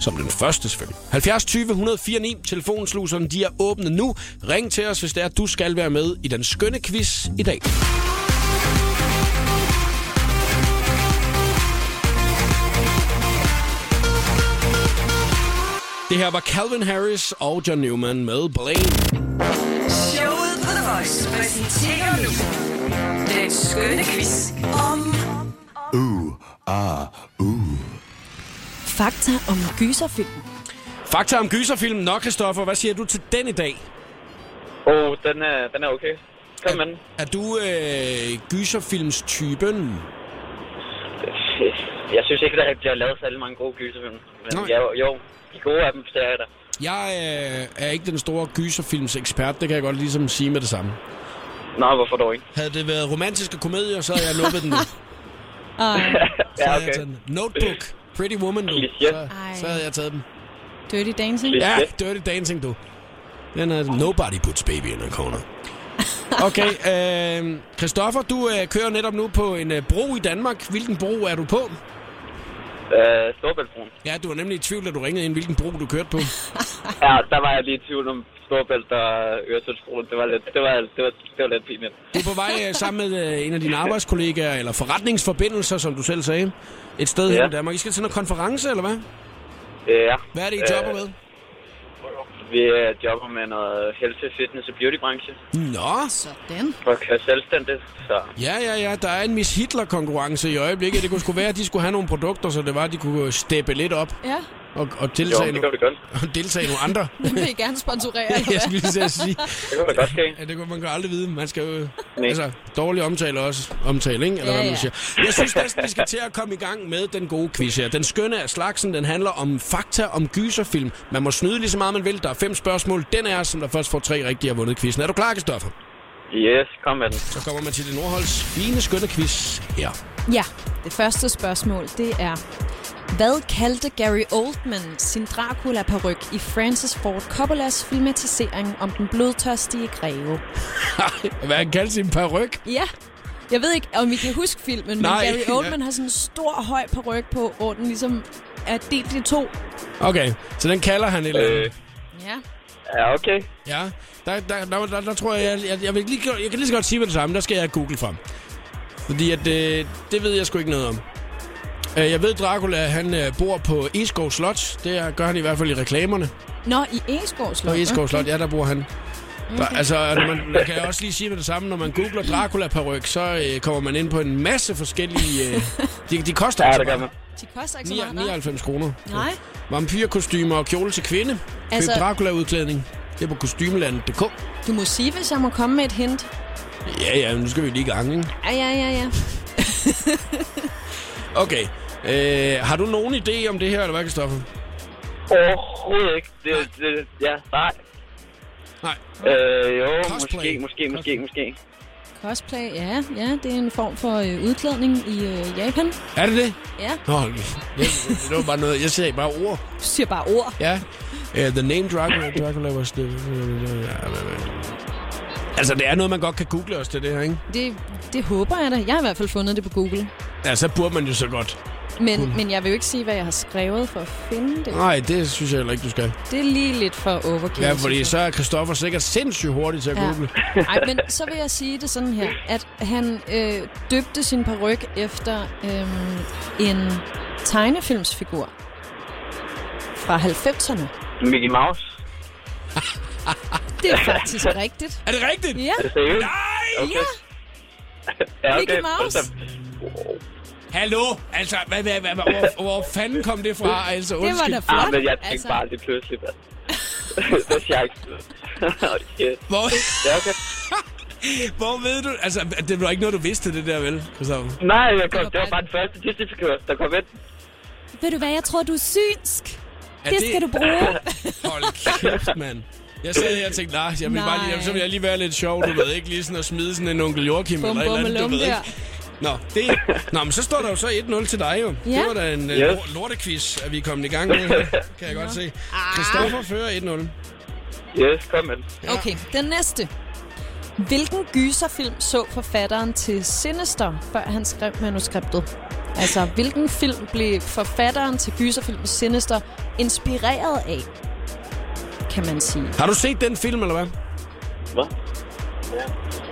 Speaker 1: Som den første selvfølgelig. 70 20 104 9. Telefonsluserne de er åbne nu. Ring til os, hvis det er, at du skal være med i den skønne quiz i dag. Det her var Calvin Harris og John Newman med Blame.
Speaker 3: Showet på The Voice præsenterer nu den skønne quiz om
Speaker 12: Ooh, ah, ooh.
Speaker 2: Fakta om gyserfilm.
Speaker 1: Fakta om gyserfilmen nok, Christoffer. Hvad siger du til den i dag?
Speaker 13: Åh, oh, den er, den er okay. Kom med den.
Speaker 1: Er du øh, gyserfilmstypen?
Speaker 13: Jeg synes ikke, der bliver lavet særlig mange gode gyserfilm. Men
Speaker 1: Nej.
Speaker 13: ja, jo, jo, de gode af dem ser jeg da.
Speaker 1: Jeg øh, er ikke den store gyserfilmsekspert, det kan jeg godt ligesom sige med det samme.
Speaker 13: Nej, hvorfor dog ikke?
Speaker 1: Havde det været romantiske komedier, så havde jeg nuppet
Speaker 13: <laughs>
Speaker 1: den. nu. Så
Speaker 13: Ja,
Speaker 1: havde jeg
Speaker 13: okay.
Speaker 1: taget den. Notebook, Pretty Woman, du. Så, så havde jeg taget den.
Speaker 2: Dirty Dancing?
Speaker 1: Ja, Dirty Dancing, du. Den er Nobody Puts Baby in a
Speaker 13: <laughs>
Speaker 1: Corner. Okay, øh, Christoffer, du øh, kører netop nu på en øh, bro i Danmark. Hvilken bro er du på?
Speaker 13: Øh, Storbæltsbroen.
Speaker 1: Ja, du var nemlig i tvivl, da du ringede ind, hvilken bro du kørte på.
Speaker 13: <laughs> Ja, der var jeg lige i tvivl om Storbælt og Øresundsbroen. Det var lidt, det var, det var, det var lidt pinligt.
Speaker 1: Du er på vej øh, sammen med øh, en af dine arbejdskollegaer, eller forretningsforbindelser, som du selv sagde, et sted ja. her
Speaker 13: Ja.
Speaker 1: i
Speaker 13: Øh,
Speaker 1: Danmark. I skal til noget konference, eller hvad?
Speaker 13: Ja.
Speaker 1: Hvad er det, I jobber med?
Speaker 13: Vi øh, jobber med noget helse, fitness og beautybranche.
Speaker 1: Nå.
Speaker 2: Sådan.
Speaker 13: For at køre selvstændigt, så...
Speaker 1: Ja, ja, ja. Der er en Miss Hitler-konkurrence i øjeblikket. Det kunne sgu være, at de skulle have nogle produkter, så det var, at de kunne øh, steppe lidt op
Speaker 2: Ja,
Speaker 1: og, og deltage,
Speaker 13: Jo, det
Speaker 1: no-
Speaker 13: kan vi godt.
Speaker 1: <laughs> og deltage i nogle andre.
Speaker 2: den vil I gerne <laughs> sponsorere, eller
Speaker 1: jeg skulle lige til
Speaker 2: hvad?
Speaker 1: at sige.
Speaker 13: Det kunne da godt ske.
Speaker 1: Ja, det kunne man kan aldrig vide. Man skal jo... Altså, dårlig omtale er også omtale, ikke? Eller
Speaker 13: Ja,
Speaker 1: ja, hvad
Speaker 13: ja.
Speaker 1: man siger. Jeg synes næsten, vi skal til at komme i gang med den gode quiz her. Den skønne af slagsen, den handler om fakta om gyserfilm. Man må snyde lige så meget, man vil. Der er fem spørgsmål. Den er, som der først får tre rigtige, har vundet quizzen. Er du klar, Kristoffer?
Speaker 13: Yes, kom med den.
Speaker 1: Så kommer man til det Nordholds fine, skønne quiz her.
Speaker 2: Ja, det første spørgsmål, det er... Hvad kaldte Gary Oldman sin dracula peruk i Francis Ford Coppolas filmatisering om den blodtørstige greve?
Speaker 1: <laughs> Hvad han kaldte sin peruk?
Speaker 2: Ja, jeg ved ikke, om I kan huske filmen,
Speaker 1: Nej. <laughs>
Speaker 2: men Gary Oldman har sådan en stor, høj peruk på, hvor den ligesom er delt i to.
Speaker 1: Okay, så den kalder han et eller
Speaker 13: Øh.
Speaker 1: andet.
Speaker 2: Ja.
Speaker 13: Ja, okay.
Speaker 1: Ja, der, der, der, der, der tror jeg, jeg, jeg, jeg, vil lige, jeg kan lige så godt sige med det samme. Der skal jeg google frem. Fordi at, øh, det ved jeg sgu ikke noget om. Øh, jeg ved, Dracula han øh, bor på Eskov Slot. Det er, gør han i hvert fald i reklamerne.
Speaker 2: Nå, i Egeskov Slot.
Speaker 1: På Eskov Slot, ja, der bor han. Der,
Speaker 2: Okay.
Speaker 1: altså, når man, man kan jeg også lige sige med det samme, når man googler dracula peruk så øh, kommer man ind på en masse forskellige... Øh, de, de koster
Speaker 13: Ja,
Speaker 1: altså
Speaker 13: det gør
Speaker 1: bare
Speaker 2: De koster ikke så meget,
Speaker 1: ni-
Speaker 2: nej.
Speaker 1: 99 kroner.
Speaker 2: Nej.
Speaker 1: Vampyrkostymer og kjole til kvinde. Altså...
Speaker 2: Altså-
Speaker 1: Køb Dracula-udklædning. Det er på kostymelandet.dk.
Speaker 2: Du må sige, hvis jeg må komme med et hint.
Speaker 1: Ja, ja, men nu skal vi lige i gang, ikke?
Speaker 2: Ja, ja, ja, ja.
Speaker 1: Okay. Øh, har du nogen idé om det her, eller hvad, Kristoffer?
Speaker 13: Overhovedet ikke. Det, det, ja, nej.
Speaker 1: Nej.
Speaker 13: Øh, jo, måske, måske, måske, måske.
Speaker 2: Cosplay, ja, ja. Det er en form for øh, udklædning i øh, Japan.
Speaker 1: Er det det?
Speaker 2: Ja.
Speaker 1: Nå, <laughs> hold kæft. jeg, det var bare noget. Jeg sagde bare ord.
Speaker 2: Du siger bare ord.
Speaker 1: Ja. Uh, the name Dracula, Dracula was the... Altså, det er noget, man godt kan google os til det her, ikke?
Speaker 2: Det, det håber jeg da. Jeg har i hvert fald fundet det på Google.
Speaker 1: Ja, Altså, så burde man jo så godt.
Speaker 2: Men,
Speaker 1: Cool.
Speaker 2: men jeg vil jo ikke sige, hvad jeg har skrevet for at finde det.
Speaker 1: Nej, det synes jeg heller ikke, du skal.
Speaker 2: Det er lige lidt for overkill.
Speaker 1: Ja, fordi så er Kristoffer sikkert sindssygt hurtig til at
Speaker 2: Ja.
Speaker 1: google.
Speaker 2: Ej, men så vil jeg sige det sådan her, at han øh, døbte sin peruk efter øh, en tegnefilmsfigur fra 90'erne.
Speaker 13: Mickey Mouse.
Speaker 2: <laughs> Det er faktisk rigtigt.
Speaker 1: Er det rigtigt?
Speaker 2: Ja.
Speaker 13: Er det seriøst?
Speaker 1: Nej!
Speaker 13: Okay. Ja,
Speaker 2: Ja,
Speaker 13: okay.
Speaker 2: Mickey Mouse.
Speaker 13: Hold da-
Speaker 1: Hallo? Altså, hvad, hvad, hvad, hvor, hvor, hvor fanden kom det fra? Altså,
Speaker 13: Det var
Speaker 1: undskyld.
Speaker 13: da flot. Ah, men jeg tænkte Altså. bare lige pludselig, hvad? <laughs> det er <laughs> chancen. okay.
Speaker 1: Hvor...
Speaker 13: Ja, okay.
Speaker 1: Hvor ved du? Altså, det var ikke noget, du vidste, det der, vel? Kristoffer?
Speaker 13: Nej, jeg kom, det var bare den første Disney-figur, der kom ind.
Speaker 14: Ved du hvad, jeg tror, du er synsk.
Speaker 1: Er
Speaker 14: det, det
Speaker 1: <laughs> det-
Speaker 14: skal du bruge.
Speaker 1: Hold kæft, mand. Jeg sad her og tænkte, nej, jeg vil bare lige,
Speaker 14: Nej.
Speaker 1: så vil jeg lige være lidt sjov, du ved ikke, lige sådan at smide sådan en onkel Joachim
Speaker 2: Bum,
Speaker 1: eller et
Speaker 2: bum,
Speaker 1: eller andet, du
Speaker 2: lum
Speaker 1: ved
Speaker 2: der.
Speaker 1: ikke. Nå, det, nå, men så står der jo så 1-0 til dig jo.
Speaker 2: Ja.
Speaker 1: Det var da en uh,
Speaker 13: Yes.
Speaker 1: lortequiz, at vi er kommet i gang med her, kan jeg godt se. Christoffer fører 1-0.
Speaker 13: Yes, kom ind.
Speaker 2: Okay, den næste. Hvilken gyserfilm så forfatteren til Sinister, før han skrev manuskriptet? Altså, hvilken film blev forfatteren til gyserfilmen Sinister inspireret af? Kan man sige.
Speaker 1: Har du set den film, eller hvad?
Speaker 13: Hvad?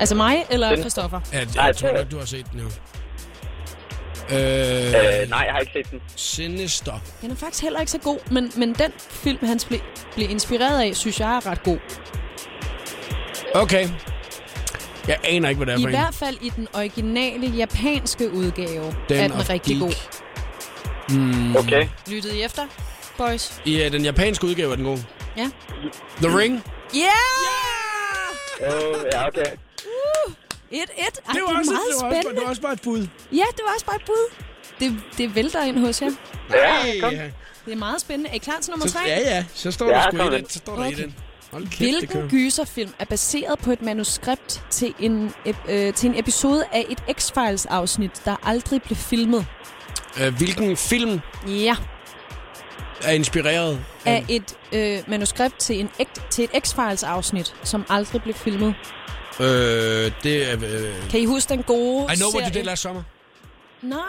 Speaker 2: Altså mig eller
Speaker 1: Den-
Speaker 2: Christoffer?
Speaker 1: Ja, jeg
Speaker 13: Nej,
Speaker 1: tror
Speaker 13: det-
Speaker 1: godt, du har set den jo. Øh,
Speaker 13: Øh, nej, jeg har ikke set den.
Speaker 1: Sinister.
Speaker 2: Den er faktisk heller ikke så god, men, men den film, han blev, blev inspireret af, synes jeg er ret god.
Speaker 1: Okay. Jeg aner ikke, hvad det er
Speaker 2: I
Speaker 1: for en.
Speaker 2: hvert fald i den originale japanske udgave er den
Speaker 1: og
Speaker 2: rigtig
Speaker 1: Geek.
Speaker 2: god.
Speaker 1: Mm.
Speaker 13: Okay.
Speaker 2: Lyttede I efter, boys?
Speaker 1: I øh, den japanske udgave er den god.
Speaker 2: Ja.
Speaker 1: The Ring.
Speaker 2: Ja!
Speaker 13: Åh, Øh, ja, okay.
Speaker 2: Et, et. Ej, det, var det er
Speaker 1: også-
Speaker 2: meget
Speaker 1: det var også-
Speaker 2: spændende.
Speaker 1: det var også bare et bud.
Speaker 2: Ja, det var også bare et bud. Det, det vælter ind hos jer.
Speaker 1: Ja, kom.
Speaker 2: Det er meget spændende. Er I klar til nummer
Speaker 1: Så,
Speaker 2: tre?
Speaker 1: ja, ja. Så står
Speaker 13: Ja,
Speaker 1: der sgu
Speaker 13: kom
Speaker 1: et
Speaker 13: ind.
Speaker 1: ind. Så står der et ind. Hold kæft, det kører.
Speaker 2: Hvilken gyserfilm er baseret på et manuskript til en, ep- øh, til en episode af et X-Files-afsnit, der aldrig blev filmet?
Speaker 1: Øh, hvilken film
Speaker 2: Ja,
Speaker 1: er inspireret?
Speaker 2: af et øh, manuskript til, en ægt, til et X-Files-afsnit, som aldrig blev filmet.
Speaker 1: Øh, det er... Øh,
Speaker 2: Kan I huske den gode
Speaker 1: I know what
Speaker 2: serie?
Speaker 1: you did last summer.
Speaker 2: Nej,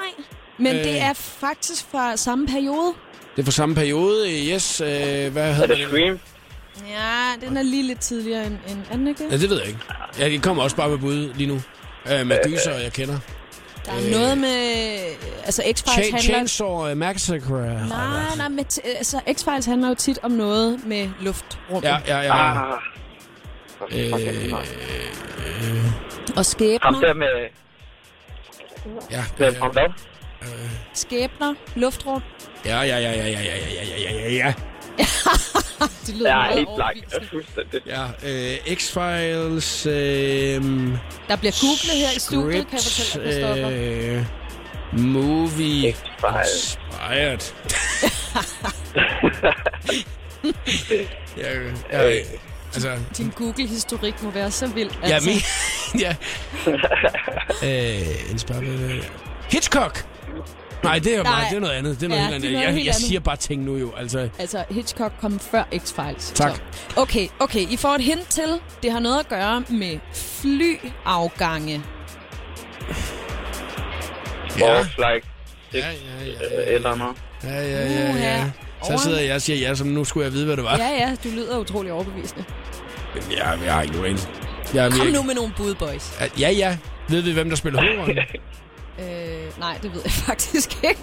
Speaker 2: men øh.
Speaker 1: Øh.
Speaker 2: det er faktisk fra samme periode.
Speaker 1: Det er fra samme periode, øh, yes. Øh, hvad hedder
Speaker 13: det
Speaker 1: den?
Speaker 13: Scream?
Speaker 2: Ja, den er lige lidt tidligere end, end er den ikke det?
Speaker 1: Ja, det ved jeg ikke. Jeg kommer også bare med bud lige nu. Øh, med gyser, jeg kender.
Speaker 2: Der er øh. noget med... Altså, X-Files
Speaker 1: Ch-
Speaker 2: handler...
Speaker 1: Chainsaw øh, Massacre.
Speaker 2: Nej, nej, men t- altså, X-Files handler jo tit om noget med luftrum
Speaker 1: Ja, ja, ja.
Speaker 13: Ah.
Speaker 1: Øh,
Speaker 2: og
Speaker 13: Ham
Speaker 2: skæbner.
Speaker 13: der med...
Speaker 1: Ja.
Speaker 13: Med ham hvad?
Speaker 2: Skæbner, luftrum.
Speaker 1: ja, ja, ja, ja, ja, ja, ja, ja, ja, ja, ja.
Speaker 2: det
Speaker 13: Jeg
Speaker 2: lyder
Speaker 13: er
Speaker 2: meget
Speaker 13: helt blank.
Speaker 2: overbevisende.
Speaker 13: Jeg er fuldstændig.
Speaker 1: Ja, øh, X-Files... Øh,
Speaker 2: Der bliver googlet her i studiet, kan jeg fortælle dig, Christoffer.
Speaker 1: øh, Movie <laughs> Inspired. ja, ja, altså,
Speaker 2: Din Google-historik må være så vild. altså-
Speaker 1: ja, min, <laughs> ja. Øh, inspired. Hitchcock! Nej, det er,
Speaker 2: Nej.
Speaker 1: Nej. det er noget andet. Det er noget,
Speaker 2: Ja,
Speaker 1: helt andet.
Speaker 2: det er noget
Speaker 1: jeg,
Speaker 2: helt
Speaker 1: jeg
Speaker 2: andet.
Speaker 1: siger bare ting nu jo, altså.
Speaker 2: Altså, Hitchcock kom før X-Files.
Speaker 1: Tak.
Speaker 2: Så. Okay, okay. I får et hint til, det har noget at gøre med flyafgange.
Speaker 13: Ja. Walk like... Ja,
Speaker 1: ja,
Speaker 13: ja. Eller noget.
Speaker 1: Ja, ja, ja, ja. Så sidder jeg og siger ja, som nu skulle jeg vide, hvad det var.
Speaker 2: Ja, ja, du lyder utrolig overbevisende.
Speaker 1: Ja, jeg har ikke nogen jeg,
Speaker 2: Kom nu med nogle bud, boys.
Speaker 1: Ja, ja. Ved vi, hvem der spiller
Speaker 2: <laughs>
Speaker 1: hovedrollen?
Speaker 2: Øh, nej, det ved jeg <laughs> faktisk ikke.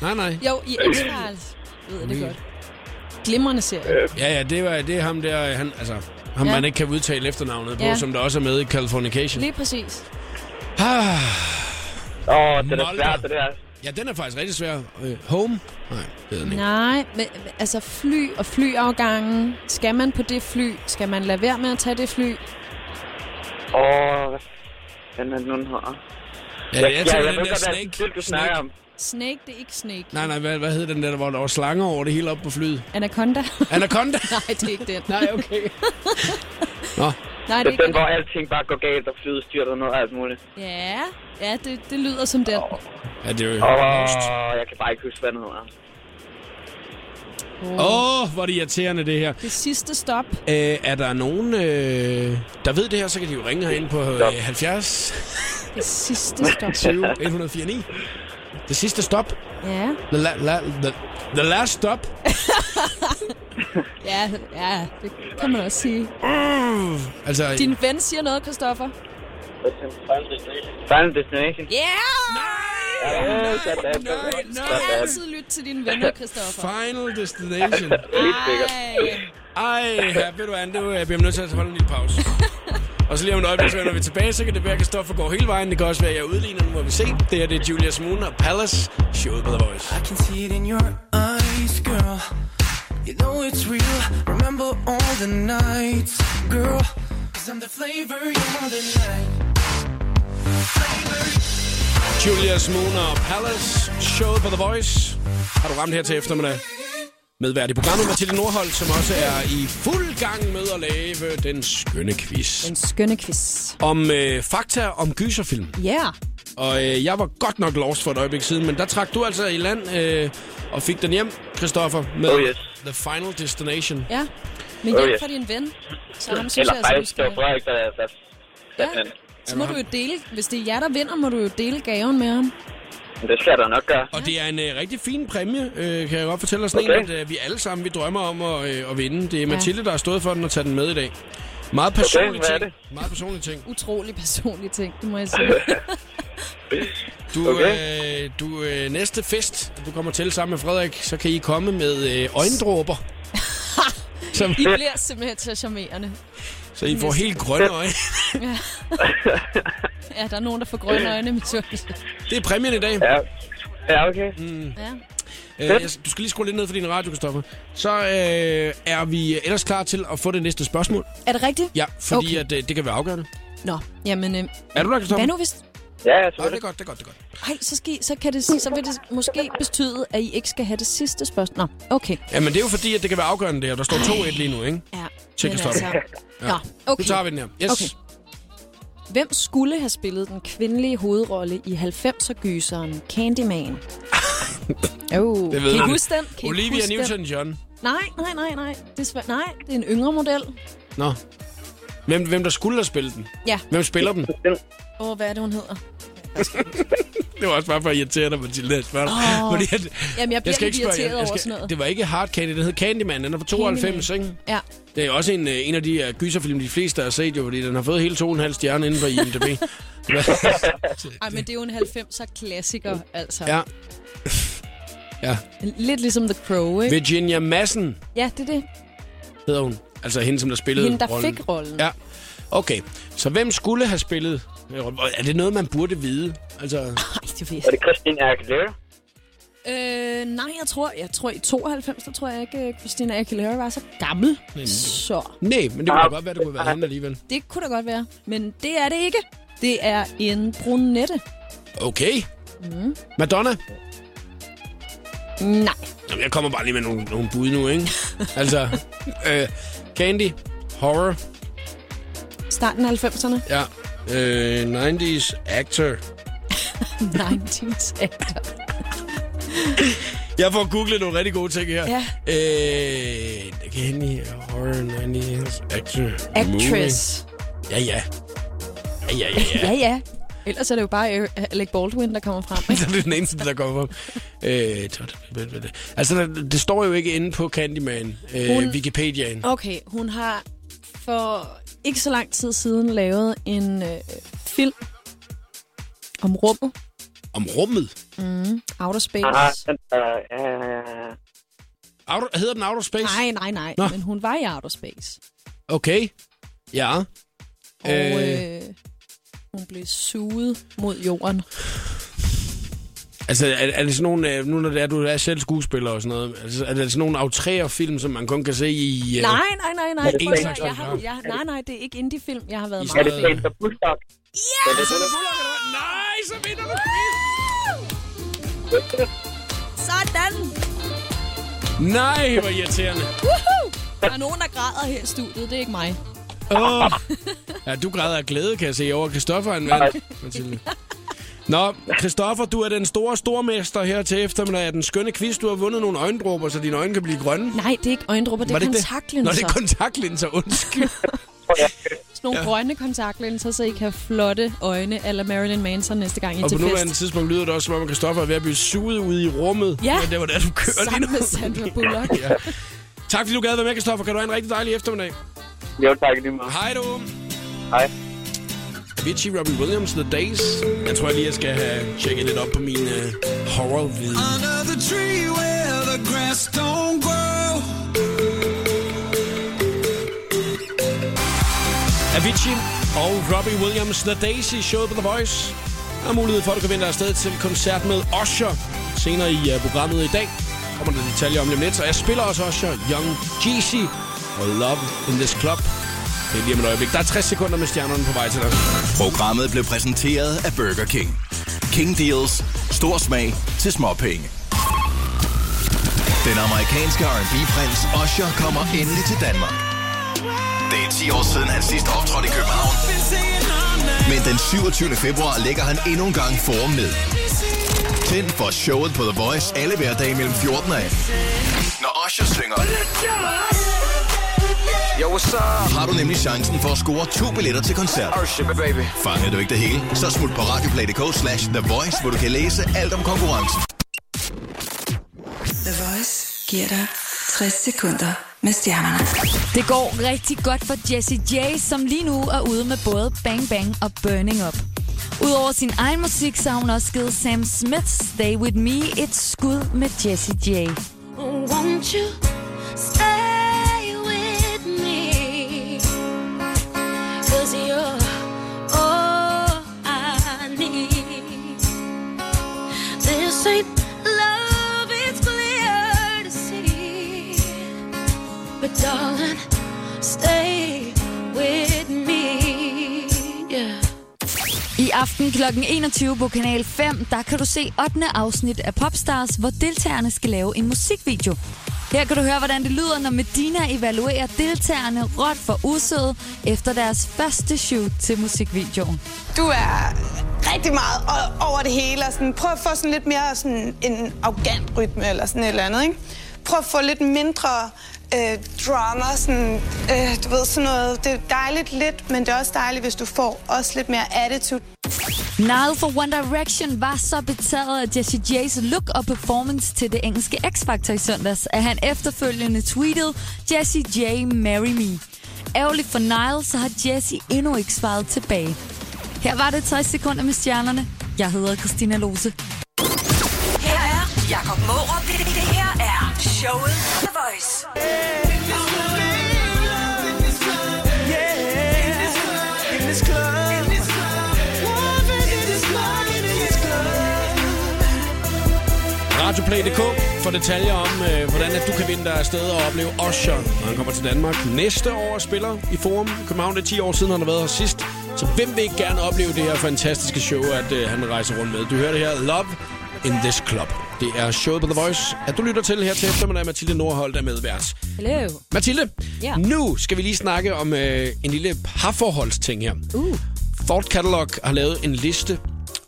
Speaker 1: nej, nej.
Speaker 2: Jo, i X-Files ved jeg det godt. Glimrende serie.
Speaker 1: Ja, ja, det, var, det er ham der, han, altså, ham
Speaker 2: Ja.
Speaker 1: ja. man ikke kan udtale efternavnet
Speaker 2: Ja.
Speaker 1: på, som der også er med i Californication.
Speaker 2: Lige præcis.
Speaker 1: Ah,
Speaker 13: Åh, oh, den er
Speaker 1: Molter.
Speaker 13: svær, det der.
Speaker 1: ja, den er faktisk rigtig svær. Øh, home? Nej, det er den ikke.
Speaker 2: Nej, men altså fly og flyafgangen. Skal man på det fly? Skal man lade være med at tage det fly?
Speaker 13: Åh, oh, hvad fanden er det nu, den hedder?
Speaker 1: Ja, jeg tænker, den der
Speaker 13: hvad
Speaker 1: Snake-
Speaker 13: film du
Speaker 1: Snake-
Speaker 13: snakker om.
Speaker 2: Snake, det er ikke Snake.
Speaker 1: Nej, nej, hvad, hvad hed den der, der var, der var slanger over det hele op på flyet?
Speaker 2: Anaconda? <laughs>
Speaker 1: Anaconda?
Speaker 2: nej, det er ikke den.
Speaker 1: <laughs> nej, okay. <laughs> Nå,
Speaker 2: Nej, det er
Speaker 13: Det er
Speaker 2: ikke
Speaker 13: den,
Speaker 2: den.
Speaker 13: hvor alting bare går galt, og flyet styrter ned og alt muligt.
Speaker 2: Ja, ja det, det lyder som den.
Speaker 1: ja, det er jo...
Speaker 13: Åh,
Speaker 1: Åh,
Speaker 13: oh, jeg kan bare ikke huske, hvad den hedder.
Speaker 1: oh. oh, hvor er det irriterende, det her.
Speaker 2: Det sidste stop.
Speaker 1: Øh, er der nogen, øh, der ved det her, så kan de jo ringe herind på øh,
Speaker 13: Stop.
Speaker 1: 70
Speaker 2: Det sidste stop.
Speaker 1: 20 149. Det sidste stop.
Speaker 2: Ja,
Speaker 1: The, la, la, the, the last stop.
Speaker 2: ja, ja, det kan man også sige.
Speaker 1: Uh, altså,
Speaker 2: Din ven siger noget, Christoffer.
Speaker 13: Final Destination.
Speaker 2: Yeah!
Speaker 13: Nej,
Speaker 2: Du skal altid lytte til dine
Speaker 1: <laughs>
Speaker 2: venner, Christoffer.
Speaker 1: Final destination.
Speaker 13: Helt sikkert.
Speaker 2: Ej.
Speaker 1: Ej, ja, ved du hvad, det er jo- jeg bliver nødt til at holde en lille pause. Og så lige om et øjeblik, så vender vi tilbage, så kan det være, at Kristoffer går hele vejen. Det kan også være, at jeg udligner, nu må vi se. Det her, det er Julius Moon og Palace, showet på The Voice.
Speaker 11: I can see it in your eyes, girl. You know it's real. Remember all the nights, girl. Cause I'm the flavor you're the night.
Speaker 1: Julius Moon og Palace, showet på The Voice. Har du ramt her til eftermiddag? Medvært i programmet Mathilde Nordholt, som også er i fuld gang med at lave den skønne quiz.
Speaker 2: En skønne quiz.
Speaker 1: Om øh, fakta om gyserfilm.
Speaker 2: Ja, yeah.
Speaker 1: Og øh, jeg var godt nok lost for et øjeblik siden, men der trak du altså i land øh, og fik den hjem, Christoffer, med
Speaker 13: Oh, yes.
Speaker 1: The Final Destination.
Speaker 2: ja. Men
Speaker 13: Oh,
Speaker 2: hjælp
Speaker 13: yes.
Speaker 2: fra din ven. Så ham synes
Speaker 13: Eller
Speaker 2: jeg, altså, du
Speaker 13: faktisk,
Speaker 2: skal...
Speaker 13: det var Frederik, der... der
Speaker 2: Ja.
Speaker 13: ja.
Speaker 2: Så må du jo dele, hvis det er jer, der vinder, må du jo dele gaven med ham.
Speaker 13: Det skal jeg da nok gøre.
Speaker 1: Og det er en øh, rigtig fin præmie, øh, kan jeg godt fortælle os sådan
Speaker 13: Okay.
Speaker 1: en, at øh, vi alle sammen vi drømmer om at, øh, at vinde. Det er
Speaker 2: Ja.
Speaker 1: Mathilde, der har stået for den og taget den med i dag. Meget
Speaker 13: Okay,
Speaker 1: personlig
Speaker 13: hvad er
Speaker 1: ting.
Speaker 13: det?
Speaker 1: Meget personlig ting.
Speaker 2: Utrolig personlig ting, det må jeg sige.
Speaker 1: Du,
Speaker 13: Okay.
Speaker 1: okay. øh, du øh, næste fest, du kommer til sammen med Frederik, så kan I komme med øh, øjendråber. som,
Speaker 13: <laughs>
Speaker 2: I bliver simpelthen så charmerende.
Speaker 1: så I får helt grønne øjne.
Speaker 2: Ja, der er nogen, der får grønne øjne med tøjelse.
Speaker 1: Det er præmien i dag.
Speaker 13: Ja. Ja, okay.
Speaker 1: Mm.
Speaker 2: Ja.
Speaker 1: Øh, jeg, du skal lige skrue lidt ned for din radio, Kristoffer. Så øh, er vi ellers klar til at få det næste spørgsmål.
Speaker 2: Er det rigtigt?
Speaker 1: Ja, fordi okay. at, øh, det kan være afgørende.
Speaker 2: Nå, jamen, øh,
Speaker 1: Er du der, Kristoffer?
Speaker 2: hvad nu hvis...
Speaker 13: Ja, jeg tror
Speaker 1: Nå, det er godt, det er godt, det er godt.
Speaker 2: Ej, så, skal I, så, kan det, så vil det måske betyde, at I ikke skal have det sidste spørgsmål. Nå, okay.
Speaker 1: Jamen, det er jo fordi, at det kan være afgørende det her. Der står 2-1 lige nu, ikke?
Speaker 2: Ja.
Speaker 1: Tjek
Speaker 2: men
Speaker 1: stop.
Speaker 2: altså-
Speaker 1: Ja.
Speaker 2: Nå, okay.
Speaker 1: Nu tager vi den her. Yes.
Speaker 2: Okay. Hvem skulle have spillet den kvindelige hovedrolle i 90'er-gyseren
Speaker 1: <laughs>
Speaker 2: Candyman? oh,
Speaker 1: Det
Speaker 2: kan I
Speaker 1: man.
Speaker 2: huske den? Kan I
Speaker 1: Olivia
Speaker 2: huske den?
Speaker 1: Newton-John.
Speaker 2: Nej, nej, nej, nej. Det er, svæ- nej, det er en yngre model.
Speaker 1: Nå. Hvem, hvem der skulle have spillet den?
Speaker 2: Ja.
Speaker 1: Hvem spiller den?
Speaker 2: Åh, oh, hvad er det, hun hedder?
Speaker 1: Det var også bare for at irritere dig, Mathilde. Åh,
Speaker 2: Åh.
Speaker 1: Fordi at,
Speaker 2: Jamen, jeg bliver lidt irriteret over sådan noget.
Speaker 1: Det var ikke Hard Candy, den hed Candyman. Den er fra 92,
Speaker 2: Candyman.
Speaker 1: ikke?
Speaker 2: Ja.
Speaker 1: Det er også en, øh, en af de uh, gyserfilm, de fleste har set jo, fordi den har fået hele to og en halv stjerne inde på
Speaker 2: <laughs>
Speaker 1: IMDb.
Speaker 2: Ej, men det er jo en 90'er-klassiker, altså.
Speaker 1: ja. ja.
Speaker 2: Lidt ligesom The Crow, ikke?
Speaker 1: Virginia Madsen
Speaker 2: Ja, det er det.
Speaker 1: hedder hun. Altså hende, som der spillede
Speaker 2: Hende, der
Speaker 1: rollen.
Speaker 2: fik rollen.
Speaker 1: Ja. Okay, så hvem skulle have spillet? Er det noget, man burde vide? Altså... Nej,
Speaker 2: det ved
Speaker 13: Var det Christine Aguilera?
Speaker 2: Øh, nej, jeg tror, jeg tror i 92, der tror jeg ikke, at Christina Aguilera var så gammel.
Speaker 1: Nej.
Speaker 2: Så
Speaker 1: Nej, men det kunne da godt være, det kunne være hende alligevel.
Speaker 2: det kunne da godt være. Men det er det ikke. Det er en brunette.
Speaker 1: Okay.
Speaker 2: Mm.
Speaker 1: Madonna?
Speaker 2: Nej.
Speaker 1: Jamen, jeg kommer bare lige med nogle, nogle bud nu, ikke? altså, øh, Candy, Horror,
Speaker 2: Starten af <laughs> 90'erne.
Speaker 1: ja, øh, 90's Actor.
Speaker 2: 90's actor.
Speaker 1: Jeg får googlet nogle rigtig gode ting her.
Speaker 2: Ja.
Speaker 1: Øh, Candy, Horror, 90's Actor.
Speaker 2: Actress.
Speaker 1: Movie. Ja, ja. Ja, ja, ja, ja.
Speaker 2: ja, ja. Ellers er det jo bare øh, Alec Baldwin, der kommer
Speaker 1: <laughs>
Speaker 2: frem.
Speaker 1: Så er det den eneste, der kommer frem. Øh, tot- vent, vent, vent. altså, der, det står jo ikke inde på Candyman, øh,
Speaker 2: Hun-
Speaker 1: Wikipediaen.
Speaker 2: Okay, hun har for ikke så lang tid siden lavet en øh, film om rummet.
Speaker 1: Om rummet?
Speaker 2: Mm, outer space.
Speaker 1: Aha,
Speaker 13: den, øh, ja, ja, ja.
Speaker 1: Outer, hedder den Outer Space?
Speaker 2: Nej, nej, nej.
Speaker 1: Nå.
Speaker 2: Nå. Men hun var i outer space.
Speaker 1: Okay. Ja.
Speaker 2: Og øh, hun blev suget mod jorden.
Speaker 1: Altså, er, er det sådan nogle, øh, nu når det er, du er selv skuespiller og sådan noget, altså, er det sådan nogle autræer film, som man kun kan se i... øh,
Speaker 2: Yeah. Nej, nej, nej, nej.
Speaker 1: Er det
Speaker 2: Prøv at
Speaker 1: en
Speaker 2: høre,
Speaker 1: slags
Speaker 2: jeg har,
Speaker 1: autograf?
Speaker 2: jeg, nej, nej, det er ikke indie-film, jeg har været
Speaker 1: I
Speaker 2: meget.
Speaker 1: sådan noget-
Speaker 13: Bulldog?
Speaker 1: Er det Sandra Bullock, eller hvad? Nej, så vinder du
Speaker 2: Sådan!
Speaker 1: quizzen! Nej, hvor irriterende.
Speaker 2: Woohoo! Der er nogen, der græder her i studiet. Det er ikke mig.
Speaker 1: Oh. Ja, du græder af glæde, kan jeg se, over Christoffer en mand. Mathilde. Nå, Christoffer, du er den store stormester her til eftermiddag. Er den skønne quiz, du har vundet nogle øjendråber, så dine øjne kan blive grønne.
Speaker 2: Nej, det er ikke øjendrupper, det
Speaker 1: Var
Speaker 2: er
Speaker 1: ikke
Speaker 2: kontaktlinser.
Speaker 1: Nå, det er kontaktlinser,
Speaker 2: <laughs>
Speaker 1: undskyld.
Speaker 2: Sådan nogle ja. grønne kontaktlinser, så I kan have flotte øjne eller Marilyn Manson næste gang I er
Speaker 1: Og på
Speaker 2: til
Speaker 1: nuværende
Speaker 2: fest.
Speaker 1: tidspunkt lyder det også, som om at Christoffer er ved at blive suget ud i rummet.
Speaker 2: Ja.
Speaker 1: Men det var der, du <laughs> kører lige nu.
Speaker 2: Sammen med Sandra Bullock.
Speaker 1: ja. Tak fordi du gad være med, Christoffer. Kan du have en rigtig dejlig eftermiddag.
Speaker 13: Jo, tak lige meget.
Speaker 1: Hej du.
Speaker 13: Hej.
Speaker 1: Avicii, Robbie Williams, The Days. Jeg tror lige, jeg skal have tjekket lidt op på min øh, horror-viden.
Speaker 4: Under the tree where the grass don't grow.
Speaker 1: Avicii og Robbie Williams, The Days i showet på The Voice. Der er mulighed for, at du kan vinde dig afsted til koncert med Usher senere i øh, programmet i dag. Kommer der detaljer om lidt om lidt, så jeg spiller også Usher, Young Jeezy og Love in this club. Det er lige om et øjeblik. Der er 60 sekunder med stjernerne på vej til dig.
Speaker 12: Programmet blev præsenteret af Burger King. King Deals. Stor smag til små penge. Den amerikanske R&B-prins Usher kommer endelig til Danmark. Det er 10 år siden, han sidst optrådte i København. Men den 27. februar lægger han endnu en gang form ned. Tænd for showet på The Voice alle hverdage mellem 14 og 18. Når Usher synger... Yo, what's up? Har du nemlig chancen for at score to billetter til koncert. baby. Fanger er du ikke det hele, så smut på radioplay.dk slash The Voice, hvor du kan læse alt om konkurrencen.
Speaker 3: The Voice giver dig 60 sekunder med stjernerne.
Speaker 9: Det går rigtig godt for Jessie J, som lige nu er ude med både Bang Bang og Burning Up. Udover sin egen musik, så har hun også givet Sam Smith's Stay With Me et skud med Jessie J.
Speaker 6: Won't you stay with me? Cause you're all I need. This ain't love, it's clear to see. But darling, stay with me. Yeah.
Speaker 9: I aften kl. 21 på Kanal 5, der kan du se 8. afsnit af Popstars, hvor deltagerne skal lave en musikvideo. Her kan du høre, hvordan det lyder, når Medina evaluerer deltagerne råt for usøde efter deres første shoot til musikvideoen.
Speaker 10: Du er rigtig meget o- over det hele, og sådan, prøv at få sådan lidt mere sådan en arrogant rytme eller sådan et eller andet, ikke? Prøv at få lidt mindre øh, drama, sådan, øh, du ved, sådan noget. Det er dejligt lidt, men det er også dejligt, hvis du får også lidt mere attitude.
Speaker 9: Nile for One Direction var så betaget af Jesse J's look og performance til det engelske X-Factor i søndags, at han efterfølgende tweetede, Jesse J, marry me. Ærgerligt for Nile, så har Jesse endnu ikke svaret tilbage. Her var det 60 sekunder med stjernerne. Jeg hedder Christina Lose.
Speaker 3: Her er Jakob Morup. Det, det, det her er showet på The Voice.
Speaker 1: Radioplay.dk for detaljer om, øh, hvordan at du kan vinde dig afsted og opleve Osher, når han kommer til Danmark næste år og spiller i Forum i København. Det er 10 år siden, han har været her sidst. Så hvem vil ikke gerne opleve det her fantastiske show, at øh, han rejser rundt med? Du hører det her Love in this club. Det er showet på The Voice, at du lytter til her til eftermiddag. Mathilde Nordholt er medvært.
Speaker 2: Hello.
Speaker 1: Mathilde,
Speaker 2: Ja.
Speaker 1: nu skal vi lige snakke om øh, en lille parforholdsting her. Uh. Ford Catalog har lavet en liste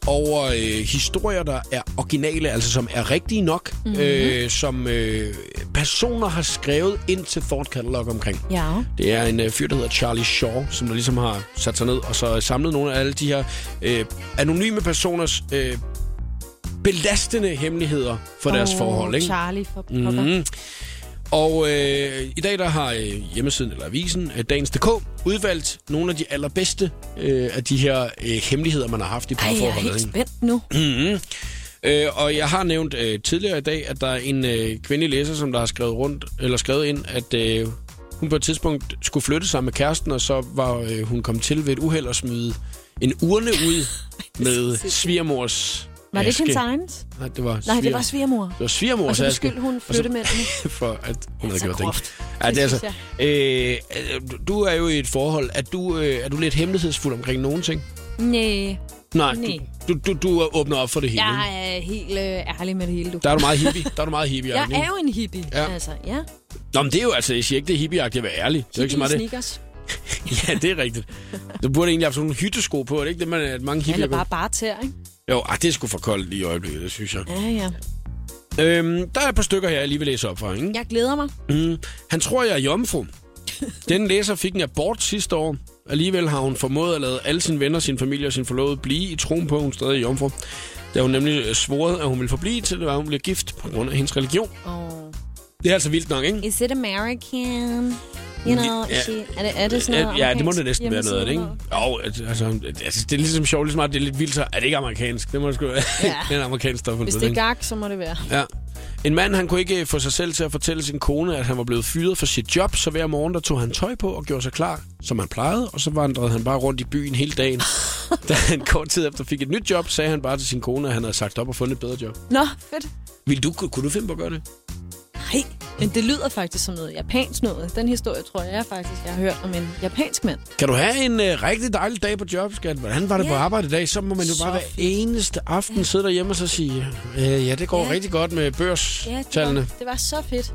Speaker 1: over øh, historier, der er originale, altså som er rigtige nok,
Speaker 2: Mhm.
Speaker 1: mm-hmm. øh, som øh, personer har skrevet ind til Ford Catalog omkring.
Speaker 2: Ja.
Speaker 1: Det er en øh, fyr, der hedder Charlie Shaw, som der ligesom har sat sig ned og så øh, samlet nogle af alle de her øh, anonyme personers øh, belastende hemmeligheder for oh, deres
Speaker 2: Åh,
Speaker 1: forhold. Ikke?
Speaker 2: Charlie for pokker.
Speaker 1: Mm-hmm. Og øh, i dag der har øh, hjemmesiden eller avisen øh, Dagens.dk udvalgt nogle af de allerbedste øh, af de her øh, hemmeligheder, man har haft i
Speaker 2: Ej, jeg er
Speaker 1: parforholdet.
Speaker 2: helt
Speaker 1: ikke?
Speaker 2: spændt nu.
Speaker 1: Mhm. Øh, og jeg har nævnt øh, tidligere i dag, at der er en øh, kvindelig læser, som der har skrevet rundt eller skrevet ind, at øh, hun på et tidspunkt skulle flytte sammen med kæresten, og så var øh, hun kommet til ved et uheld at smide en urne
Speaker 2: <laughs>
Speaker 1: ud med svigermors
Speaker 2: Var det ikke
Speaker 1: aske.
Speaker 2: hendes egens?
Speaker 1: Nej, det var
Speaker 2: Nej, det
Speaker 1: sviger-
Speaker 2: var svigermor.
Speaker 1: Det var svigermors
Speaker 2: Og så
Speaker 1: aske.
Speaker 2: beskyldte hun
Speaker 1: Og så-
Speaker 2: flyttemændene.
Speaker 1: <laughs> for at hun havde
Speaker 2: så
Speaker 1: gjort det.
Speaker 2: groft.
Speaker 1: Ja, det er
Speaker 2: Det
Speaker 1: altså, øh, øh, du er jo i et forhold. Er du, øh, er du lidt hemmelighedsfuld omkring nogen ting?
Speaker 2: Nej.
Speaker 1: Nej,
Speaker 2: Nej.
Speaker 1: du, du, du, du åbner op for det hele. ikke?
Speaker 2: Jeg er helt øh, ærlig med det hele, du.
Speaker 1: Der er du meget hippie. Der er du meget hippie
Speaker 2: Jeg er jo en hippie, ja.
Speaker 1: Ja.
Speaker 2: altså, ja.
Speaker 1: Nå, men det er jo altså, jeg siger ikke, det er hippie-agtigt at være ærlig. Det er jo ikke så meget det.
Speaker 2: sneakers.
Speaker 1: <laughs> Ja, det er rigtigt. Du burde egentlig have haft sådan nogle hyttesko på, er det ikke det, man, at mange
Speaker 2: Ja,
Speaker 1: hippie
Speaker 2: Eller bare bare tær, ikke?
Speaker 1: Jo, ah, det er sgu for koldt lige i øjeblikket, det synes jeg.
Speaker 2: Ja, ja.
Speaker 1: Øhm, der er et par stykker her, jeg lige vil læse op fra, ikke?
Speaker 2: Jeg glæder mig.
Speaker 1: Mm, han tror, jeg er jomfru. Den læser fik en abort sidste år. Alligevel har hun formået at lade alle sine venner, sin familie og sin forlovede blive i troen på, at hun stadig er jomfru. Da hun nemlig øh, svorede, at hun ville forblive til det, var, at hun blev gift på grund af hendes religion.
Speaker 2: Oh.
Speaker 1: Det er altså vildt nok, ikke?
Speaker 2: Is it American? You know,
Speaker 1: Mm, Ja.
Speaker 2: ja. she, er, det, er det sådan noget
Speaker 1: ja, det må
Speaker 2: amerikansk
Speaker 1: det næsten være noget af det, ikke?
Speaker 2: hjemmeside
Speaker 1: Jo, altså, altså, det er ligesom sjovt, ligesom at det er lidt vildt, så er det ikke amerikansk. <laughs> Det må sgu være ja. en amerikansk stof.
Speaker 2: noget? Hvis det er gag, så må det være.
Speaker 1: Ja. En mand, han kunne ikke øh, få sig selv til at fortælle sin kone, at han var blevet fyret fra sit job, så hver morgen, der tog han tøj på og gjorde sig klar, som han plejede, og så vandrede han bare rundt i byen hele
Speaker 2: <laughs>
Speaker 1: dagen. da han kort tid efter fik et nyt job, sagde han bare til sin kone, at han havde sagt op og fundet et bedre job.
Speaker 2: Nå, fedt.
Speaker 1: Vil du, kunne du finde på at gøre det?
Speaker 2: Nej, men det lyder faktisk som noget japansk noget. Den historie tror jeg faktisk, jeg har hørt om en japansk mand.
Speaker 1: Kan du have en øh, rigtig dejlig dag på job, skat? Hvordan var det
Speaker 2: Ja.
Speaker 1: på arbejde i dag? Så må man jo
Speaker 2: Så
Speaker 1: bare hver eneste aften sidde derhjemme og så sige, øh, ja, det går
Speaker 2: Ja.
Speaker 1: rigtig godt med børstallene.
Speaker 2: det var så fedt.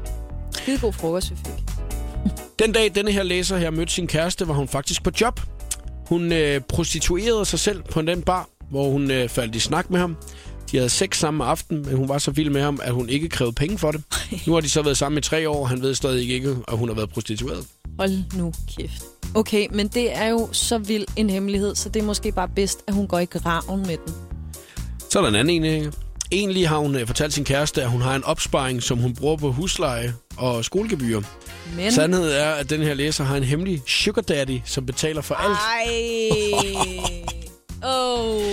Speaker 2: Skide god frokost, vi fik.
Speaker 1: Den dag, denne her læser her mødte sin kæreste, var hun faktisk på job. Hun øh, prostituerede sig selv på den bar, hvor hun øh, faldt i snak med ham. De havde sex samme aften, men hun var så vild med ham, at hun ikke krævede penge for det. Nu har de så været sammen i tre år, og han ved stadig ikke, at hun har været prostitueret.
Speaker 2: Hold nu kæft. Okay, men det er jo så vild en hemmelighed, så det er måske bare bedst, at hun går i graven med den.
Speaker 1: Så er der en anden en her. Egentlig har hun øh, fortalt sin kæreste, at hun har en opsparing, som hun bruger på husleje og skolegebyr.
Speaker 2: Men...
Speaker 1: Sandheden er, at den her læser har en hemmelig sugar daddy, som betaler for alt. <laughs>
Speaker 2: Ej. oh.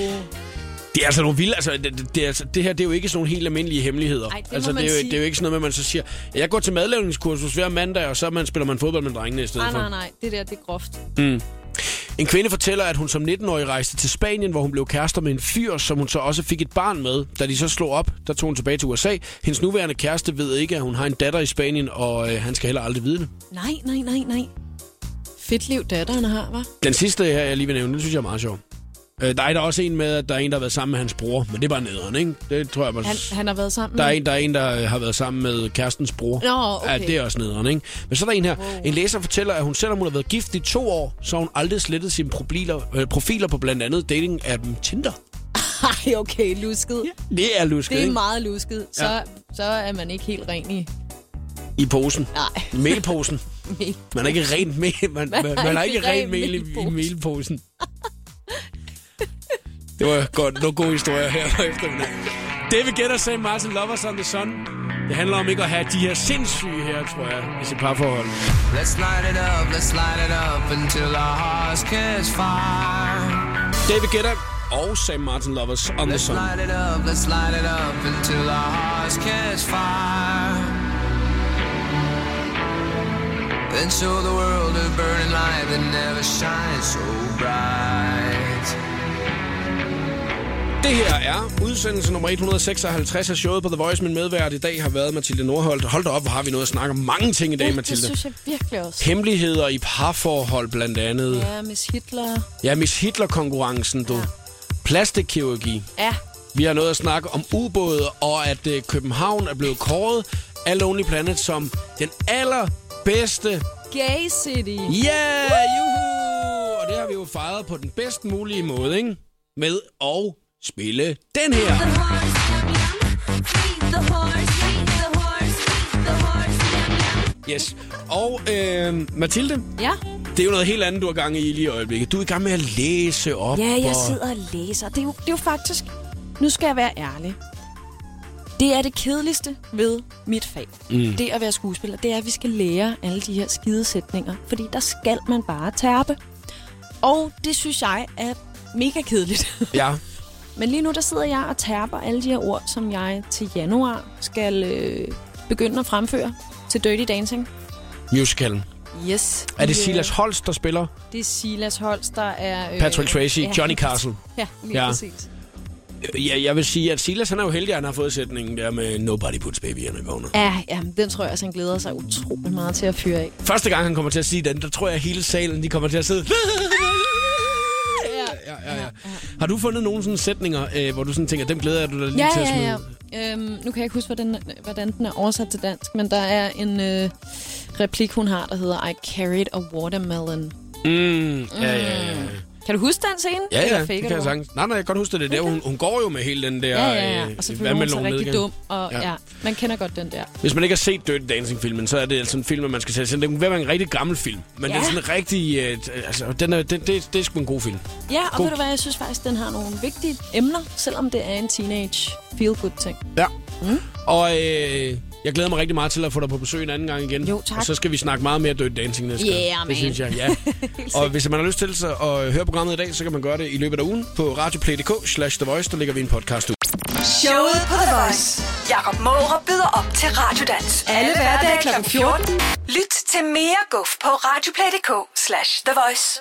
Speaker 1: Det er altså nogle vilde, altså det, det, det, er altså, det her det er jo ikke sådan nogle helt almindelige hemmeligheder.
Speaker 2: Ej, det må
Speaker 1: altså,
Speaker 2: man
Speaker 1: det, er jo,
Speaker 2: sige.
Speaker 1: det er jo ikke sådan noget med, at man så siger, jeg går til madlavningskursus hver mandag, og så man, spiller man fodbold med drengene i stedet
Speaker 2: Nej,
Speaker 1: for.
Speaker 2: nej, nej. Det der, det er groft.
Speaker 1: Mm. En kvinde fortæller, at hun som 19-årig rejste til Spanien, hvor hun blev kærester med en fyr, som hun så også fik et barn med. Da de så slog op, der tog hun tilbage til USA. Hendes nuværende kæreste ved ikke, at hun har en datter i Spanien, og øh, han skal heller aldrig vide det.
Speaker 2: Nej, nej, nej, nej. Fedt liv datteren har, var.
Speaker 1: Den sidste her, jeg lige vil nævne, den synes jeg er meget sjov. Øh, der er der også en med, at der er en, der har været sammen med hans bror, men det er bare nederen, ikke? Det tror jeg, man...
Speaker 2: Han, han har været sammen
Speaker 1: Der er
Speaker 2: med-
Speaker 1: en, der, er en, der øh, har været sammen med kærestens bror.
Speaker 2: Nå, okay.
Speaker 1: Ja, det er også nederen, ikke? Men så er der en her. Wow. En læser fortæller, at hun selvom hun har været gift i to år, så har hun aldrig slettet sine profiler, øh, profiler på blandt andet dating-appen Tinder.
Speaker 2: <laughs> Ej, okay, lusket. Ja,
Speaker 1: Det er lusket,
Speaker 2: Det er
Speaker 1: ikke?
Speaker 2: meget lusket. Så,
Speaker 1: Ja.
Speaker 2: ja. så er man ikke helt ren i
Speaker 1: I posen.
Speaker 2: Nej. <laughs>
Speaker 1: Mailposen. Man er ikke rent mel. Man, man, man, man har ikke rent mel i, i mailposen. Det var godt. Nogle gode historier her på eftermiddagen. David Guetta sagde Martin Lovers on the Sun. Det handler om ikke at have de her sindssyge her, tror jeg, i sit parforhold.
Speaker 15: Let's light it up, let's light it up until our hearts catch fire.
Speaker 1: David Guetta og Sam Martin Lovers on the
Speaker 15: Let's
Speaker 1: Sun.
Speaker 15: light it up, let's light it up until our hearts catch fire. Then show the world a burning light that never shines so bright.
Speaker 1: Det her er udsendelse nummer 156 af showet på The Voice. Min medvært i dag har været Mathilde Nordholt. Hold da op, hvor har vi noget at snakke om mange ting i dag,
Speaker 2: det
Speaker 1: Mathilde.
Speaker 2: synes jeg virkelig også.
Speaker 1: Hemmeligheder i parforhold blandt andet.
Speaker 2: Ja, Miss Hitler.
Speaker 1: Ja, Miss Hitler-konkurrencen, du. Ja. Plastikkirurgi.
Speaker 2: Ja,
Speaker 1: Vi har noget at snakke om ubåde, og at øh, København er blevet kåret af Lonely Planet som den allerbedste.
Speaker 2: Gay City.
Speaker 1: Ja, yeah, juhu! Og det har vi jo fejret på den bedst mulige måde, ikke? Med at spille den her. Yes. Og øh, Mathilde,
Speaker 2: Ja.
Speaker 1: det er jo noget helt andet, du har gang i lige i øjeblikket. Du er i gang med at læse op.
Speaker 2: Ja, jeg
Speaker 1: og...
Speaker 2: sidder og læser. Det er, jo, det er jo faktisk... Nu skal jeg være ærlig. Det er det kedeligste ved mit fag.
Speaker 6: Mm.
Speaker 2: Mm. Det at være skuespiller, det er, at vi skal lære alle de her skidesætninger. Fordi der skal man bare tærpe. Og det synes jeg er mega kedeligt. <laughs>
Speaker 1: Ja.
Speaker 2: Men lige nu, der sidder jeg og tærper alle de her ord, som jeg til januar skal øh, begynde at fremføre til Dirty Dancing.
Speaker 1: Musicalen.
Speaker 2: Yes.
Speaker 1: Er det
Speaker 2: Vi, øh,
Speaker 1: Silas Holst, der spiller?
Speaker 2: Det er Silas Holst, der er...
Speaker 1: Patrick Tracy, Johnny Castle.
Speaker 2: Ja, lige
Speaker 1: Ja.
Speaker 2: ja. præcis.
Speaker 1: Øh, Ja, jeg vil sige, at Silas han er jo heldig, at han har fået sætningen der med Nobody puts baby in a corner.
Speaker 2: Ja, ja, den tror jeg også, han glæder sig utrolig meget til at fyre af.
Speaker 1: Første gang, han kommer til at sige den, der tror jeg, at hele salen de kommer til at sidde.
Speaker 2: Ja, ja, ja.
Speaker 1: Har du fundet nogle sådan sætninger, øh, hvor du sådan tænker, dem glæder jeg dig lige
Speaker 2: ja,
Speaker 1: til at smide?
Speaker 2: ja, ja. Øhm, nu kan jeg ikke huske, hvordan, hvordan den er oversat til dansk, men der er en øh, replik, hun har, der hedder I carried a watermelon.
Speaker 1: Mm, ja, ja, ja.
Speaker 2: Kan du huske den scene?
Speaker 1: Ja,
Speaker 2: Eller
Speaker 1: ja,
Speaker 2: fake
Speaker 1: det kan
Speaker 2: eller
Speaker 1: jeg
Speaker 2: what?
Speaker 1: sagtens. Nej, nej, jeg kan godt huske det. det er der, hun, hun går jo med hele den der
Speaker 2: Ja, ja, ja.
Speaker 1: øh,
Speaker 2: Og så føler hun sig
Speaker 1: vandmelon ned
Speaker 2: rigtig
Speaker 1: igen.
Speaker 2: dum, og
Speaker 1: Ja.
Speaker 2: ja. ja, man kender godt den der.
Speaker 1: Hvis man ikke har set Dirty Dancing-filmen, så er det altså en film, at man skal sætte. Det kan være en rigtig gammel film, men ja.
Speaker 2: Ja.
Speaker 1: det er sådan en rigtig... Øh, altså, den er, den, det, det er sgu en god film.
Speaker 2: Ja, og
Speaker 1: God.
Speaker 2: God. ved du hvad, jeg synes faktisk, den har nogle vigtige emner, selvom det er en teenage feel-good-ting.
Speaker 1: Ja. Mm. Og øh, jeg glæder mig rigtig meget til at få dig på besøg en anden gang igen. Jo,
Speaker 2: tak.
Speaker 1: Og så skal vi snakke meget mere Dirty Dancing næste gang.
Speaker 2: Yeah,
Speaker 1: Det
Speaker 2: man.
Speaker 1: synes jeg, ja. og hvis man har lyst til så at høre programmet i dag, så kan man gøre det i løbet af ugen på radioplay.dk slash The Voice. Der ligger vi en podcast ud.
Speaker 3: Showet på The Voice. Jakob Måre byder op til Radiodans. Alle hverdage kl. 14. Lyt til mere guf på radioplay.dk slash The Voice.